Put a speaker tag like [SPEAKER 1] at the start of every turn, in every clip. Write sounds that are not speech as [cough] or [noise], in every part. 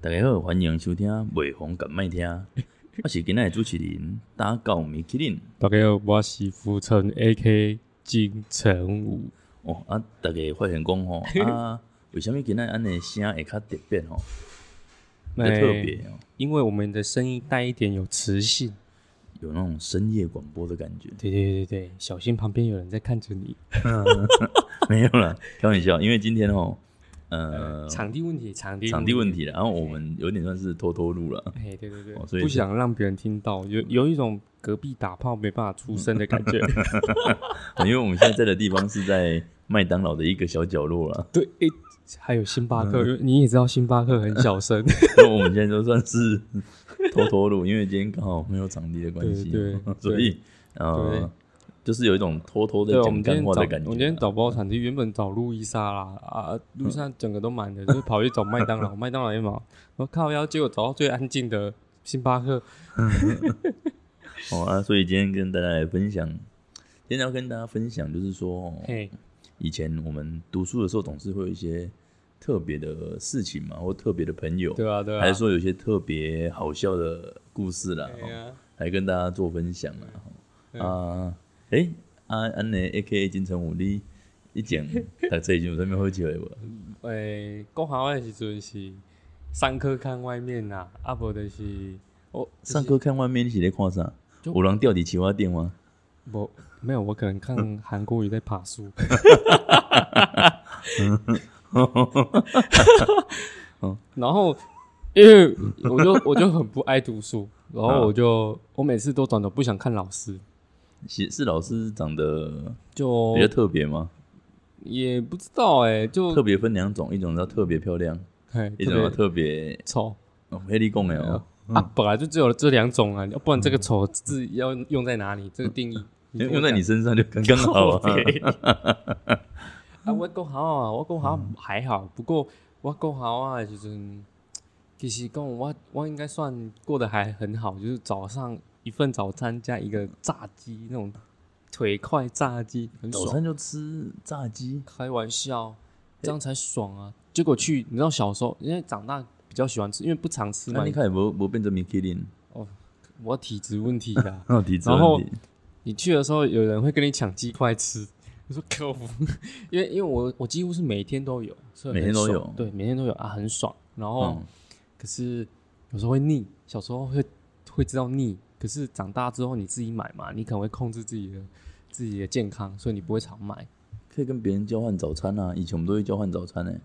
[SPEAKER 1] 大家好，欢迎收听《袂红敢卖听》， [laughs] 我是今仔的主持人打狗米麒麟。
[SPEAKER 2] 大家好，我是浮城 A.K. 金城武。
[SPEAKER 1] 哦啊，大家发现讲吼啊，为什么今仔安尼声会较特别吼？较
[SPEAKER 2] 那
[SPEAKER 1] 特别哦，
[SPEAKER 2] 因为我们的声音带一点有磁性。
[SPEAKER 1] 有那种深夜广播的感觉。 [laughs]
[SPEAKER 2] 对对对对，小心旁边有人在看着你。
[SPEAKER 1] 没有啦，开玩笑，因为今天吼，呃，
[SPEAKER 2] 场地问题，场地
[SPEAKER 1] 场地问
[SPEAKER 2] 题。
[SPEAKER 1] 题啦，然后啊我们有点算是偷偷录了。
[SPEAKER 2] 哎，对对对，
[SPEAKER 1] 哦所以
[SPEAKER 2] 不
[SPEAKER 1] 是
[SPEAKER 2] 想让别人听到，有有一种隔壁打炮没办法出声的 [laughs] 感觉。
[SPEAKER 1] [laughs] 因为我们现在在的地方是在麦当劳的一个小角落啦，
[SPEAKER 2] 对，哎，还有星巴克，你也知道星巴克很小声。
[SPEAKER 1] [laughs] 所以我们现在都算是偷偷录，因为今天刚好没有场地的关系啊 [laughs]
[SPEAKER 2] 对对，
[SPEAKER 1] 所以
[SPEAKER 2] 对
[SPEAKER 1] 呃，就是有一种偷偷在
[SPEAKER 2] 对，我
[SPEAKER 1] 讲
[SPEAKER 2] 们今
[SPEAKER 1] 干
[SPEAKER 2] 天
[SPEAKER 1] 话
[SPEAKER 2] 找
[SPEAKER 1] 的感觉
[SPEAKER 2] 我
[SPEAKER 1] 啊。
[SPEAKER 2] 们今天找不到场地，原本找路易莎啦啊，路易莎整个都满
[SPEAKER 1] [laughs]
[SPEAKER 2] 的，就跑去找麦当劳，麦当劳也忙。我靠腰，结果找到最安静的星巴克。
[SPEAKER 1] 哦啊，所以今天跟大家来分享，今天要跟大家分享就是说，哦
[SPEAKER 2] 嘿，
[SPEAKER 1] 以前我们读书的时候总是会有一些特别的事情嘛，或特别的朋友，
[SPEAKER 2] 对啊，对啊，
[SPEAKER 1] 还是说有一些特别好笑的故事啦，
[SPEAKER 2] 哎
[SPEAKER 1] 哦
[SPEAKER 2] 呀，
[SPEAKER 1] 来跟大家做分享啦。
[SPEAKER 2] 嗯
[SPEAKER 1] 哦啊，诶，啊安尼 A K A 金城武你一讲读册就上面好笑的无？
[SPEAKER 2] 诶，国校的时阵是上课看外面呐，啊无就是哦我
[SPEAKER 1] 上课看外面你是咧看啥？有人吊伫青蛙店吗？
[SPEAKER 2] 我没有，我可能
[SPEAKER 1] 嗯
[SPEAKER 2] 看韩国语在爬书。
[SPEAKER 1] 嗯
[SPEAKER 2] [laughs] 然后，因为我就我就很不爱读书，
[SPEAKER 1] 啊
[SPEAKER 2] 然后我就我每次都转头不想看老师，
[SPEAKER 1] 是是老师长得
[SPEAKER 2] 就
[SPEAKER 1] 比较特别吗？
[SPEAKER 2] 也不知道哎、就
[SPEAKER 1] 特别分两种，一种叫特别漂亮，
[SPEAKER 2] 嘿
[SPEAKER 1] 一
[SPEAKER 2] 特
[SPEAKER 1] 种叫
[SPEAKER 2] 别
[SPEAKER 1] 特别
[SPEAKER 2] 丑
[SPEAKER 1] 哦黑利贡的哦。
[SPEAKER 2] 啊，本来就只有这两种啊，要不然这个丑字要用在哪里？这个定义
[SPEAKER 1] 嗯用
[SPEAKER 2] 跟我
[SPEAKER 1] 用在
[SPEAKER 2] 讲
[SPEAKER 1] 你身上就刚 [laughs] 刚好
[SPEAKER 2] [laughs]
[SPEAKER 1] 啊！
[SPEAKER 2] 啊，我讲好啊，我讲好
[SPEAKER 1] 嗯
[SPEAKER 2] 还好，不过我讲好啊，就是其实讲我我应该算过得还很好，就是早上一份早餐加一个炸鸡那种腿块炸鸡，很
[SPEAKER 1] 早
[SPEAKER 2] 爽。
[SPEAKER 1] 餐就吃炸鸡，
[SPEAKER 2] 开玩笑，这样才爽啊！结果去，你知道小时候，因为长大比较喜欢吃，因为不常吃
[SPEAKER 1] 那
[SPEAKER 2] 嘛
[SPEAKER 1] 啊你，看有没没变成米其林？。
[SPEAKER 2] 我体质问题啊
[SPEAKER 1] 哦，体质
[SPEAKER 2] 然后
[SPEAKER 1] 问题
[SPEAKER 2] 你去的时候，有人会跟你抢鸡块吃。 [laughs] 我说可不，因为因为我我几乎是每天都有，所以
[SPEAKER 1] 每
[SPEAKER 2] 很
[SPEAKER 1] 天都
[SPEAKER 2] 爽
[SPEAKER 1] 有
[SPEAKER 2] 对，每天都有啊，很爽。然后、
[SPEAKER 1] 嗯，
[SPEAKER 2] 可是有时候会腻，小时候会会知道腻，可是长大之后你自己买嘛，你可能会控制自己的自己的健康，所以你不会常买。
[SPEAKER 1] 可以跟别人交换早餐啊。以前我们都会交换早餐诶、欸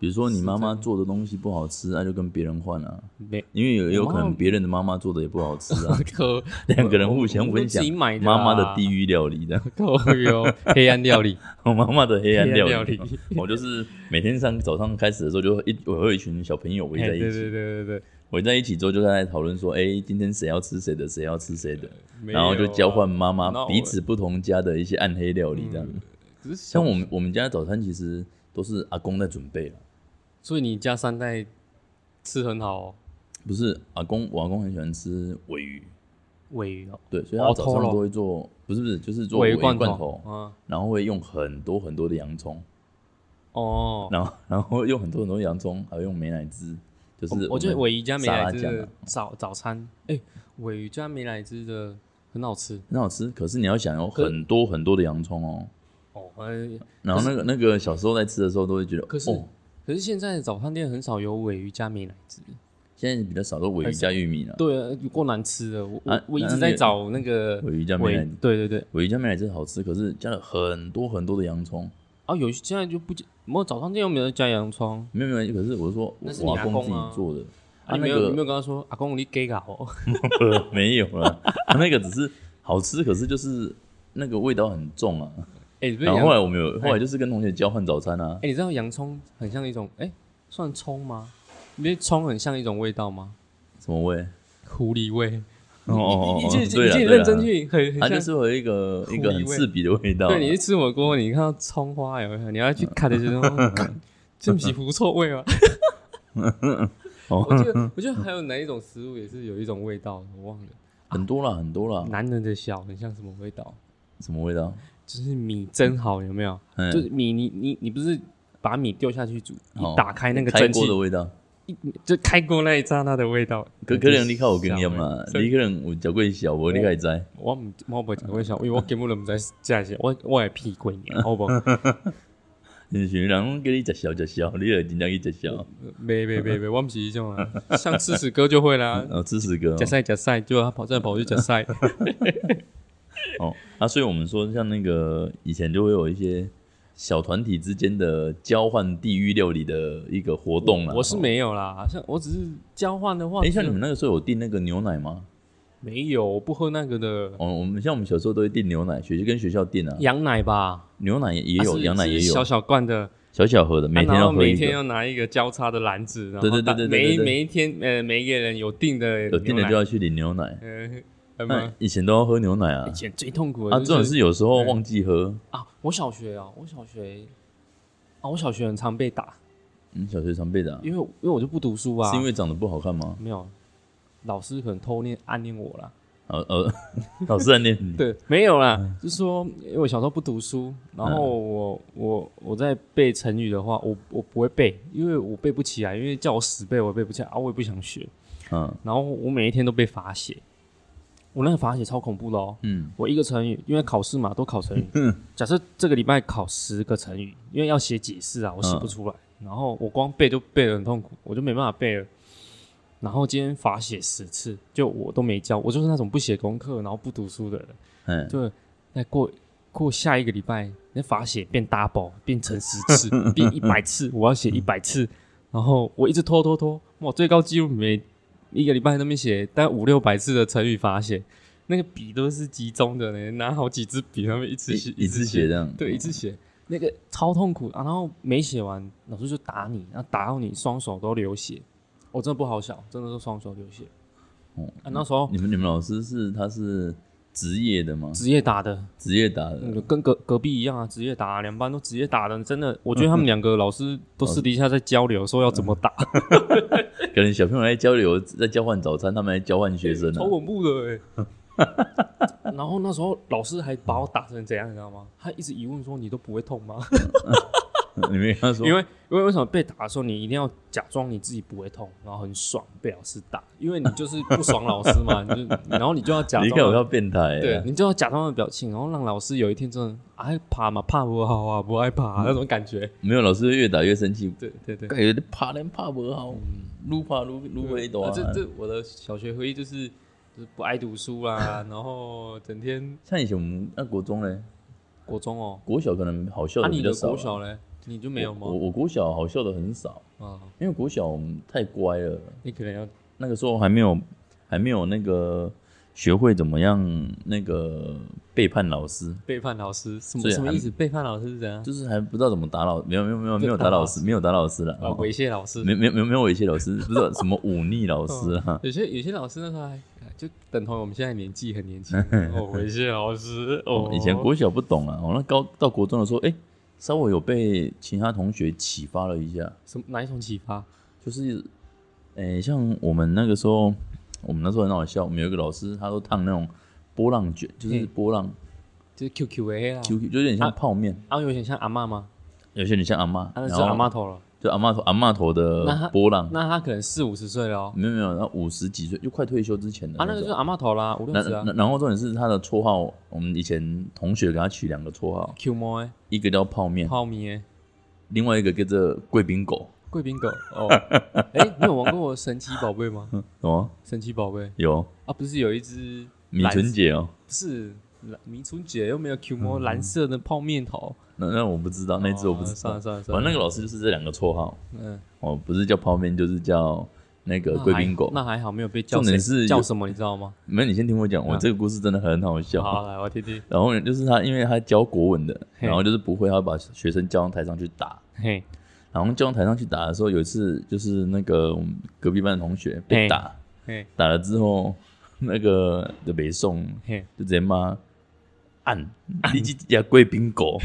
[SPEAKER 1] 比如说你妈妈做的东西不好吃，那、就跟别人换啊，
[SPEAKER 2] 没
[SPEAKER 1] 因为有有
[SPEAKER 2] 我
[SPEAKER 1] 可
[SPEAKER 2] 妈，
[SPEAKER 1] 能别人的妈妈做的也不好吃啊
[SPEAKER 2] [laughs] 可
[SPEAKER 1] 两个人互相分享
[SPEAKER 2] 自己买的啊
[SPEAKER 1] 妈妈的地
[SPEAKER 2] 狱，
[SPEAKER 1] 狱料理的， [laughs]
[SPEAKER 2] 可有黑暗料理，
[SPEAKER 1] 我妈妈的黑暗料
[SPEAKER 2] 黑暗料
[SPEAKER 1] 理
[SPEAKER 2] 理。
[SPEAKER 1] [laughs] 我就是每天上早上开始的时候，就会一 [laughs] 我会有一群小朋友围
[SPEAKER 2] 哎
[SPEAKER 1] 在
[SPEAKER 2] 对
[SPEAKER 1] 一
[SPEAKER 2] 对
[SPEAKER 1] 起，
[SPEAKER 2] 对对对，
[SPEAKER 1] 围在一起之后就在讨论说，哎、今天谁要吃谁的，谁要吃谁的，
[SPEAKER 2] 没
[SPEAKER 1] 然后就
[SPEAKER 2] 有啊
[SPEAKER 1] 交换。妈妈
[SPEAKER 2] 那我嗯
[SPEAKER 1] 彼此不同家的一些暗黑料理这样。
[SPEAKER 2] 只是
[SPEAKER 1] 像
[SPEAKER 2] 像
[SPEAKER 1] 我们我们家的早餐其实都是阿公在准备啊了，
[SPEAKER 2] 所以你家三代吃很好哦，
[SPEAKER 1] 不是阿公，我阿公很喜欢吃尾鱼，
[SPEAKER 2] 尾鱼哦，
[SPEAKER 1] 对，所以
[SPEAKER 2] 哦
[SPEAKER 1] 他早上
[SPEAKER 2] 偷了
[SPEAKER 1] 都会做，不是不是，就是做
[SPEAKER 2] 尾
[SPEAKER 1] 鱼
[SPEAKER 2] 鱼
[SPEAKER 1] 罐嗯
[SPEAKER 2] 罐头，啊，
[SPEAKER 1] 然后会用很多很多的洋葱，
[SPEAKER 2] 哦，
[SPEAKER 1] 然后然后用很多很多洋葱，还会用美乃滋，就是
[SPEAKER 2] 哦我觉得
[SPEAKER 1] 们
[SPEAKER 2] 尾鱼加美
[SPEAKER 1] 沙
[SPEAKER 2] 乃
[SPEAKER 1] 拉
[SPEAKER 2] 滋
[SPEAKER 1] 酱
[SPEAKER 2] 的
[SPEAKER 1] 啊
[SPEAKER 2] 早早餐，哎，尾鱼加美乃滋的很好吃。
[SPEAKER 1] 很好吃，可是你要想有很多很多的洋葱哦。
[SPEAKER 2] 哦，呃，
[SPEAKER 1] 然后那个那个小时候在吃的时候都会觉得，
[SPEAKER 2] 可是
[SPEAKER 1] 哦，
[SPEAKER 2] 可是现在的早餐店很少有尾鱼加美乃滋，
[SPEAKER 1] 现在比较少都尾鱼
[SPEAKER 2] 很少
[SPEAKER 1] 加玉米了，
[SPEAKER 2] 对啊，有够难吃的。我、
[SPEAKER 1] 啊
[SPEAKER 2] 我我一
[SPEAKER 1] 那
[SPEAKER 2] 直
[SPEAKER 1] 那
[SPEAKER 2] 在
[SPEAKER 1] 个
[SPEAKER 2] 找那个
[SPEAKER 1] 尾鱼加美
[SPEAKER 2] 尾
[SPEAKER 1] 乃滋，
[SPEAKER 2] 对对对。
[SPEAKER 1] 尾鱼加美乃滋好吃，可是加了很多很多的洋葱。
[SPEAKER 2] 啊，有现在就不加，没有早餐店又没有加洋葱。
[SPEAKER 1] 没有没有，可是我是说
[SPEAKER 2] 那是
[SPEAKER 1] 我
[SPEAKER 2] 你
[SPEAKER 1] 阿
[SPEAKER 2] 阿
[SPEAKER 1] 公
[SPEAKER 2] 公
[SPEAKER 1] 自己
[SPEAKER 2] 啊
[SPEAKER 1] 做的
[SPEAKER 2] 啊，
[SPEAKER 1] 那
[SPEAKER 2] 你没有、你没
[SPEAKER 1] 个
[SPEAKER 2] 有跟他说，阿公你给搞、 [laughs] 哦，
[SPEAKER 1] 没有了，啊那个只是好吃，可是就是那个味道很重啊。
[SPEAKER 2] 哎、你不是
[SPEAKER 1] 然
[SPEAKER 2] 洋
[SPEAKER 1] 后后
[SPEAKER 2] 哎、
[SPEAKER 1] 来我们有后来就是跟同学交换早餐啊，
[SPEAKER 2] 你知道洋葱很像一种，哎、算葱吗？你觉得葱很像一种味道吗？
[SPEAKER 1] 什么味？
[SPEAKER 2] 狐狸味。
[SPEAKER 1] 哦哦
[SPEAKER 2] 你
[SPEAKER 1] 哦，
[SPEAKER 2] 你记
[SPEAKER 1] 对
[SPEAKER 2] 你
[SPEAKER 1] 了
[SPEAKER 2] 记
[SPEAKER 1] 对
[SPEAKER 2] 认真
[SPEAKER 1] 了，
[SPEAKER 2] 去，很
[SPEAKER 1] 它
[SPEAKER 2] 很
[SPEAKER 1] 就
[SPEAKER 2] 像。
[SPEAKER 1] 是会有一个
[SPEAKER 2] 狐
[SPEAKER 1] 一
[SPEAKER 2] 狸
[SPEAKER 1] 个很
[SPEAKER 2] 味
[SPEAKER 1] 刺鼻的味道啊。
[SPEAKER 2] 对，你去吃火锅，你看到葱花有没有？你要去
[SPEAKER 1] 嗯
[SPEAKER 2] 看的时
[SPEAKER 1] [laughs]
[SPEAKER 2] 候，干这不是狐臭味吗？我
[SPEAKER 1] 哦，
[SPEAKER 2] 记得，我觉得还有哪一种食物也是有一种味道，我忘了。
[SPEAKER 1] 很多啦很多啦，
[SPEAKER 2] 男人的小很像什么味道？
[SPEAKER 1] 什么味道？
[SPEAKER 2] 就是米蒸好有没有？
[SPEAKER 1] 嗯
[SPEAKER 2] 就是米，你你你不是把米丢下去煮，
[SPEAKER 1] 哦
[SPEAKER 2] 你打开那个
[SPEAKER 1] 开
[SPEAKER 2] 蒸汽
[SPEAKER 1] 锅的，味道，
[SPEAKER 2] 一就开锅那一刹那的味道。
[SPEAKER 1] 可可能你较有经验嘛，
[SPEAKER 2] 所以
[SPEAKER 1] 你可能有食过小
[SPEAKER 2] 哦
[SPEAKER 1] 无，你会知。
[SPEAKER 2] 我唔我袂食过小，因为我根本就唔知食啥，我我会屁
[SPEAKER 1] [laughs]
[SPEAKER 2] 过年，好无？
[SPEAKER 1] 就是人拢叫你食小食小，你会真正去食小。
[SPEAKER 2] 没没没没，我唔是迄种啊，
[SPEAKER 1] [laughs]
[SPEAKER 2] 像吃屎哥就会啦，
[SPEAKER 1] 然后知识哥
[SPEAKER 2] 假赛假赛，就他跑这跑去假赛。
[SPEAKER 1] 哦，啊，所以我们说像那个以前就会有一些小团体之间的交换地狱料理的一个活动啦。
[SPEAKER 2] 我是
[SPEAKER 1] 哦，
[SPEAKER 2] 没有啦，像我只是交换的话，
[SPEAKER 1] 哎、像你们那个时候有订那个牛奶吗？
[SPEAKER 2] 没有，我不喝那个的
[SPEAKER 1] 哦，我们像我们小时候都会订牛奶，学校跟学校订啊，
[SPEAKER 2] 羊奶吧，
[SPEAKER 1] 牛奶也也
[SPEAKER 2] 啊
[SPEAKER 1] 有，
[SPEAKER 2] 是
[SPEAKER 1] 羊奶也
[SPEAKER 2] 是
[SPEAKER 1] 有，
[SPEAKER 2] 小小罐的，
[SPEAKER 1] 小小盒的，每天
[SPEAKER 2] 啊然
[SPEAKER 1] 要
[SPEAKER 2] 后
[SPEAKER 1] 喝
[SPEAKER 2] 每
[SPEAKER 1] 一
[SPEAKER 2] 天
[SPEAKER 1] 个，
[SPEAKER 2] 要拿一个交叉的篮子，然后
[SPEAKER 1] 对对对
[SPEAKER 2] 大
[SPEAKER 1] 对对
[SPEAKER 2] 每
[SPEAKER 1] 对
[SPEAKER 2] 一
[SPEAKER 1] 对
[SPEAKER 2] 每一天呃每一个人有订的
[SPEAKER 1] 有订
[SPEAKER 2] 牛
[SPEAKER 1] 的
[SPEAKER 2] 奶
[SPEAKER 1] 就要去领牛奶。
[SPEAKER 2] 呃，呃
[SPEAKER 1] 那
[SPEAKER 2] 吗
[SPEAKER 1] 以前都要喝牛奶啊
[SPEAKER 2] 以，前最痛苦的
[SPEAKER 1] 啊，
[SPEAKER 2] 就嗯
[SPEAKER 1] 这种是有时候忘记喝。
[SPEAKER 2] 啊，我小学啊，我小学啊，我小学很常被打，
[SPEAKER 1] 嗯，小学常备的啊、
[SPEAKER 2] 因为因为我就不读书啊，
[SPEAKER 1] 是因为长得不好看吗？
[SPEAKER 2] 没有老师可能偷念暗恋我啦，
[SPEAKER 1] 呃呃， [laughs] 老师在念你。
[SPEAKER 2] 对，没有啦，就是说因为我小时候不读书，然后我我我在背成语的话，我我不会背，因为我背不起来，因为叫我死背我也背不起来啊，我也不想学，
[SPEAKER 1] 嗯
[SPEAKER 2] 然后我每一天都被罚写，我那个罚写超恐怖的哦。
[SPEAKER 1] 嗯，
[SPEAKER 2] 我一个成语，因为考试嘛，都考成语。假设这个礼拜考十个成语，因为要写解释啊，我写不出来，然后我光背就背得很痛苦，我就没办法背了。然后今天罚写十次，就我都没交，我就是那种不写功课然后不读书的人。
[SPEAKER 1] 哎，
[SPEAKER 2] 就那过过下一个礼拜，那罚写变 double，变成十次，变一百次，我要写一百次，然后我一直拖拖拖，我最高纪录每一个礼拜那边写大概五六百次的成语罚写，那个笔都是集中的呢，拿好几支笔，他们一次写
[SPEAKER 1] 一一
[SPEAKER 2] 次
[SPEAKER 1] 只血，这样。
[SPEAKER 2] 对，一次写。那个超痛苦啊！然后没写完，老师就打你，然后打到你双手都流血。我、真的不好笑，真的是双手流血。
[SPEAKER 1] 哦
[SPEAKER 2] 啊，那时候
[SPEAKER 1] 你们你们老师是他是职业的吗？
[SPEAKER 2] 职业打的，
[SPEAKER 1] 职业打的，
[SPEAKER 2] 嗯，跟隔隔壁一样啊，直接打，两班都直接打的，真的，我觉得他们两个老师都私底下在交流，说要怎么
[SPEAKER 1] [laughs]
[SPEAKER 2] 打，
[SPEAKER 1] 可能小朋友在交流，在交换早餐，他们在交换学生
[SPEAKER 2] 超
[SPEAKER 1] 啊。
[SPEAKER 2] 恐怖的哎、 [laughs] 然后那时候老师还把我打成怎样，你知道吗？他一直疑问说你都不会痛吗？
[SPEAKER 1] [laughs] 你没跟他说，
[SPEAKER 2] [laughs] 因为 [laughs] 因为为什么被打的时候你一定要假装你自己不会痛，然后很爽被老师打，因为你就是不爽老师
[SPEAKER 1] [laughs]
[SPEAKER 2] 嘛，你就然后你就要假
[SPEAKER 1] 你看我
[SPEAKER 2] 装。
[SPEAKER 1] 要变态啊。
[SPEAKER 2] 对，你就要假装的表情，然后让老师有一天真的爱怕嘛，怕不好啊，不爱怕、啊、那种感觉。
[SPEAKER 1] 没有老师越打越生气，
[SPEAKER 2] 对对对，
[SPEAKER 1] 感觉怕人怕不好，愈怕愈愈会大
[SPEAKER 2] 啊、这
[SPEAKER 1] 啊。
[SPEAKER 2] 这我的小学回忆就是就是不爱读
[SPEAKER 1] [laughs]
[SPEAKER 2] 书啦，然后整天
[SPEAKER 1] 像以前我们那国中嘞，
[SPEAKER 2] 国中哦。
[SPEAKER 1] 国小可能好笑
[SPEAKER 2] 啊，
[SPEAKER 1] 的
[SPEAKER 2] 你
[SPEAKER 1] 比较
[SPEAKER 2] 的
[SPEAKER 1] 少啊。
[SPEAKER 2] 国小嘞，你就没有吗
[SPEAKER 1] 我？我国小好笑的很少，
[SPEAKER 2] 啊，
[SPEAKER 1] 因为国小我们太乖了，
[SPEAKER 2] 你可能要
[SPEAKER 1] 那个时候还没有还没有那个学会怎么样那个背叛老师，
[SPEAKER 2] 背叛老师，什么
[SPEAKER 1] 所以
[SPEAKER 2] 什么
[SPEAKER 1] 还
[SPEAKER 2] 意思？背叛老师是怎样？
[SPEAKER 1] 啊就是还不知道怎么打老，没有没有没有没有打老师，没有打老师了，
[SPEAKER 2] 啊，
[SPEAKER 1] 哦
[SPEAKER 2] 猥亵老师。
[SPEAKER 1] 没没没有没有猥亵老师， [laughs] 不知道什么忤逆老师啊，
[SPEAKER 2] 有些有些老师那时候还就等同我们现在年纪很
[SPEAKER 1] [laughs]
[SPEAKER 2] 年轻哦，猥亵老师哦，
[SPEAKER 1] 以前国小不懂啊，我那高到国中的时候，哎，稍微有被其他同学启发了一下，
[SPEAKER 2] 什么哪一种启发？
[SPEAKER 1] 就是，哎，像我们那个时候，我们那时候很好笑，我们有一个老师，他都烫那种波浪卷，就是
[SPEAKER 2] 嗯
[SPEAKER 1] 波浪。
[SPEAKER 2] 就是 QQA 啦，
[SPEAKER 1] QQ 就有点像泡面，
[SPEAKER 2] 啊，有点像阿嬷吗？
[SPEAKER 1] 有些人像阿妈，
[SPEAKER 2] 啊，那
[SPEAKER 1] 然
[SPEAKER 2] 是
[SPEAKER 1] 后
[SPEAKER 2] 阿嬷头了，
[SPEAKER 1] 就阿妈头阿妈头
[SPEAKER 2] 那他
[SPEAKER 1] 的波浪，
[SPEAKER 2] 那他可能四五十岁了哦，
[SPEAKER 1] 没有没有，然后五十几岁就快退休之前的
[SPEAKER 2] 啊，那个就是
[SPEAKER 1] 种。
[SPEAKER 2] 阿嬷头啦，五六
[SPEAKER 1] 那
[SPEAKER 2] 十啊
[SPEAKER 1] 那然后重点是他的绰号，我们以前同学给他取两个绰号，
[SPEAKER 2] ，Q 猫哎，
[SPEAKER 1] 一个叫泡面，
[SPEAKER 2] 泡米哎。
[SPEAKER 1] 另外一个叫做贵宾狗，
[SPEAKER 2] 贵宾狗
[SPEAKER 1] [laughs]
[SPEAKER 2] 哦，哎、你有玩过神奇宝贝吗？
[SPEAKER 1] 哦，
[SPEAKER 2] 神奇宝贝
[SPEAKER 1] 有
[SPEAKER 2] 啊，不是有一只
[SPEAKER 1] 米
[SPEAKER 2] 蓝
[SPEAKER 1] 纯姐哦，
[SPEAKER 2] 不是蓝明春姐又没有 Q 摸蓝色的泡面头，
[SPEAKER 1] 那那我不知道，嗯那只我不知
[SPEAKER 2] 哦算
[SPEAKER 1] 道
[SPEAKER 2] 了。算了算
[SPEAKER 1] 反正
[SPEAKER 2] 了，
[SPEAKER 1] 那个老师就是这两个绰号，
[SPEAKER 2] 嗯，
[SPEAKER 1] 哦，不是叫泡面就是叫那个
[SPEAKER 2] 那
[SPEAKER 1] 贵
[SPEAKER 2] 还
[SPEAKER 1] 宾狗。
[SPEAKER 2] 那还好没有被叫
[SPEAKER 1] 重点
[SPEAKER 2] 谁，
[SPEAKER 1] 是有
[SPEAKER 2] 叫什么你知道吗？
[SPEAKER 1] 没有，你先听我讲，我
[SPEAKER 2] 啊
[SPEAKER 1] 这个故事真的很好笑。
[SPEAKER 2] 好，来我听听，
[SPEAKER 1] 然后呢，就是他，因为他教国文的，
[SPEAKER 2] 嘿
[SPEAKER 1] 然后就是不会，他会把学生叫到台上去打。
[SPEAKER 2] 嘿，
[SPEAKER 1] 然后叫到台上去打的时候，有一次就是那个我们隔壁班的同学被
[SPEAKER 2] 嘿
[SPEAKER 1] 打，
[SPEAKER 2] 嘿，
[SPEAKER 1] 打了之后，那个就北宋
[SPEAKER 2] 嘿，
[SPEAKER 1] 就直接骂按你这家贵宾狗，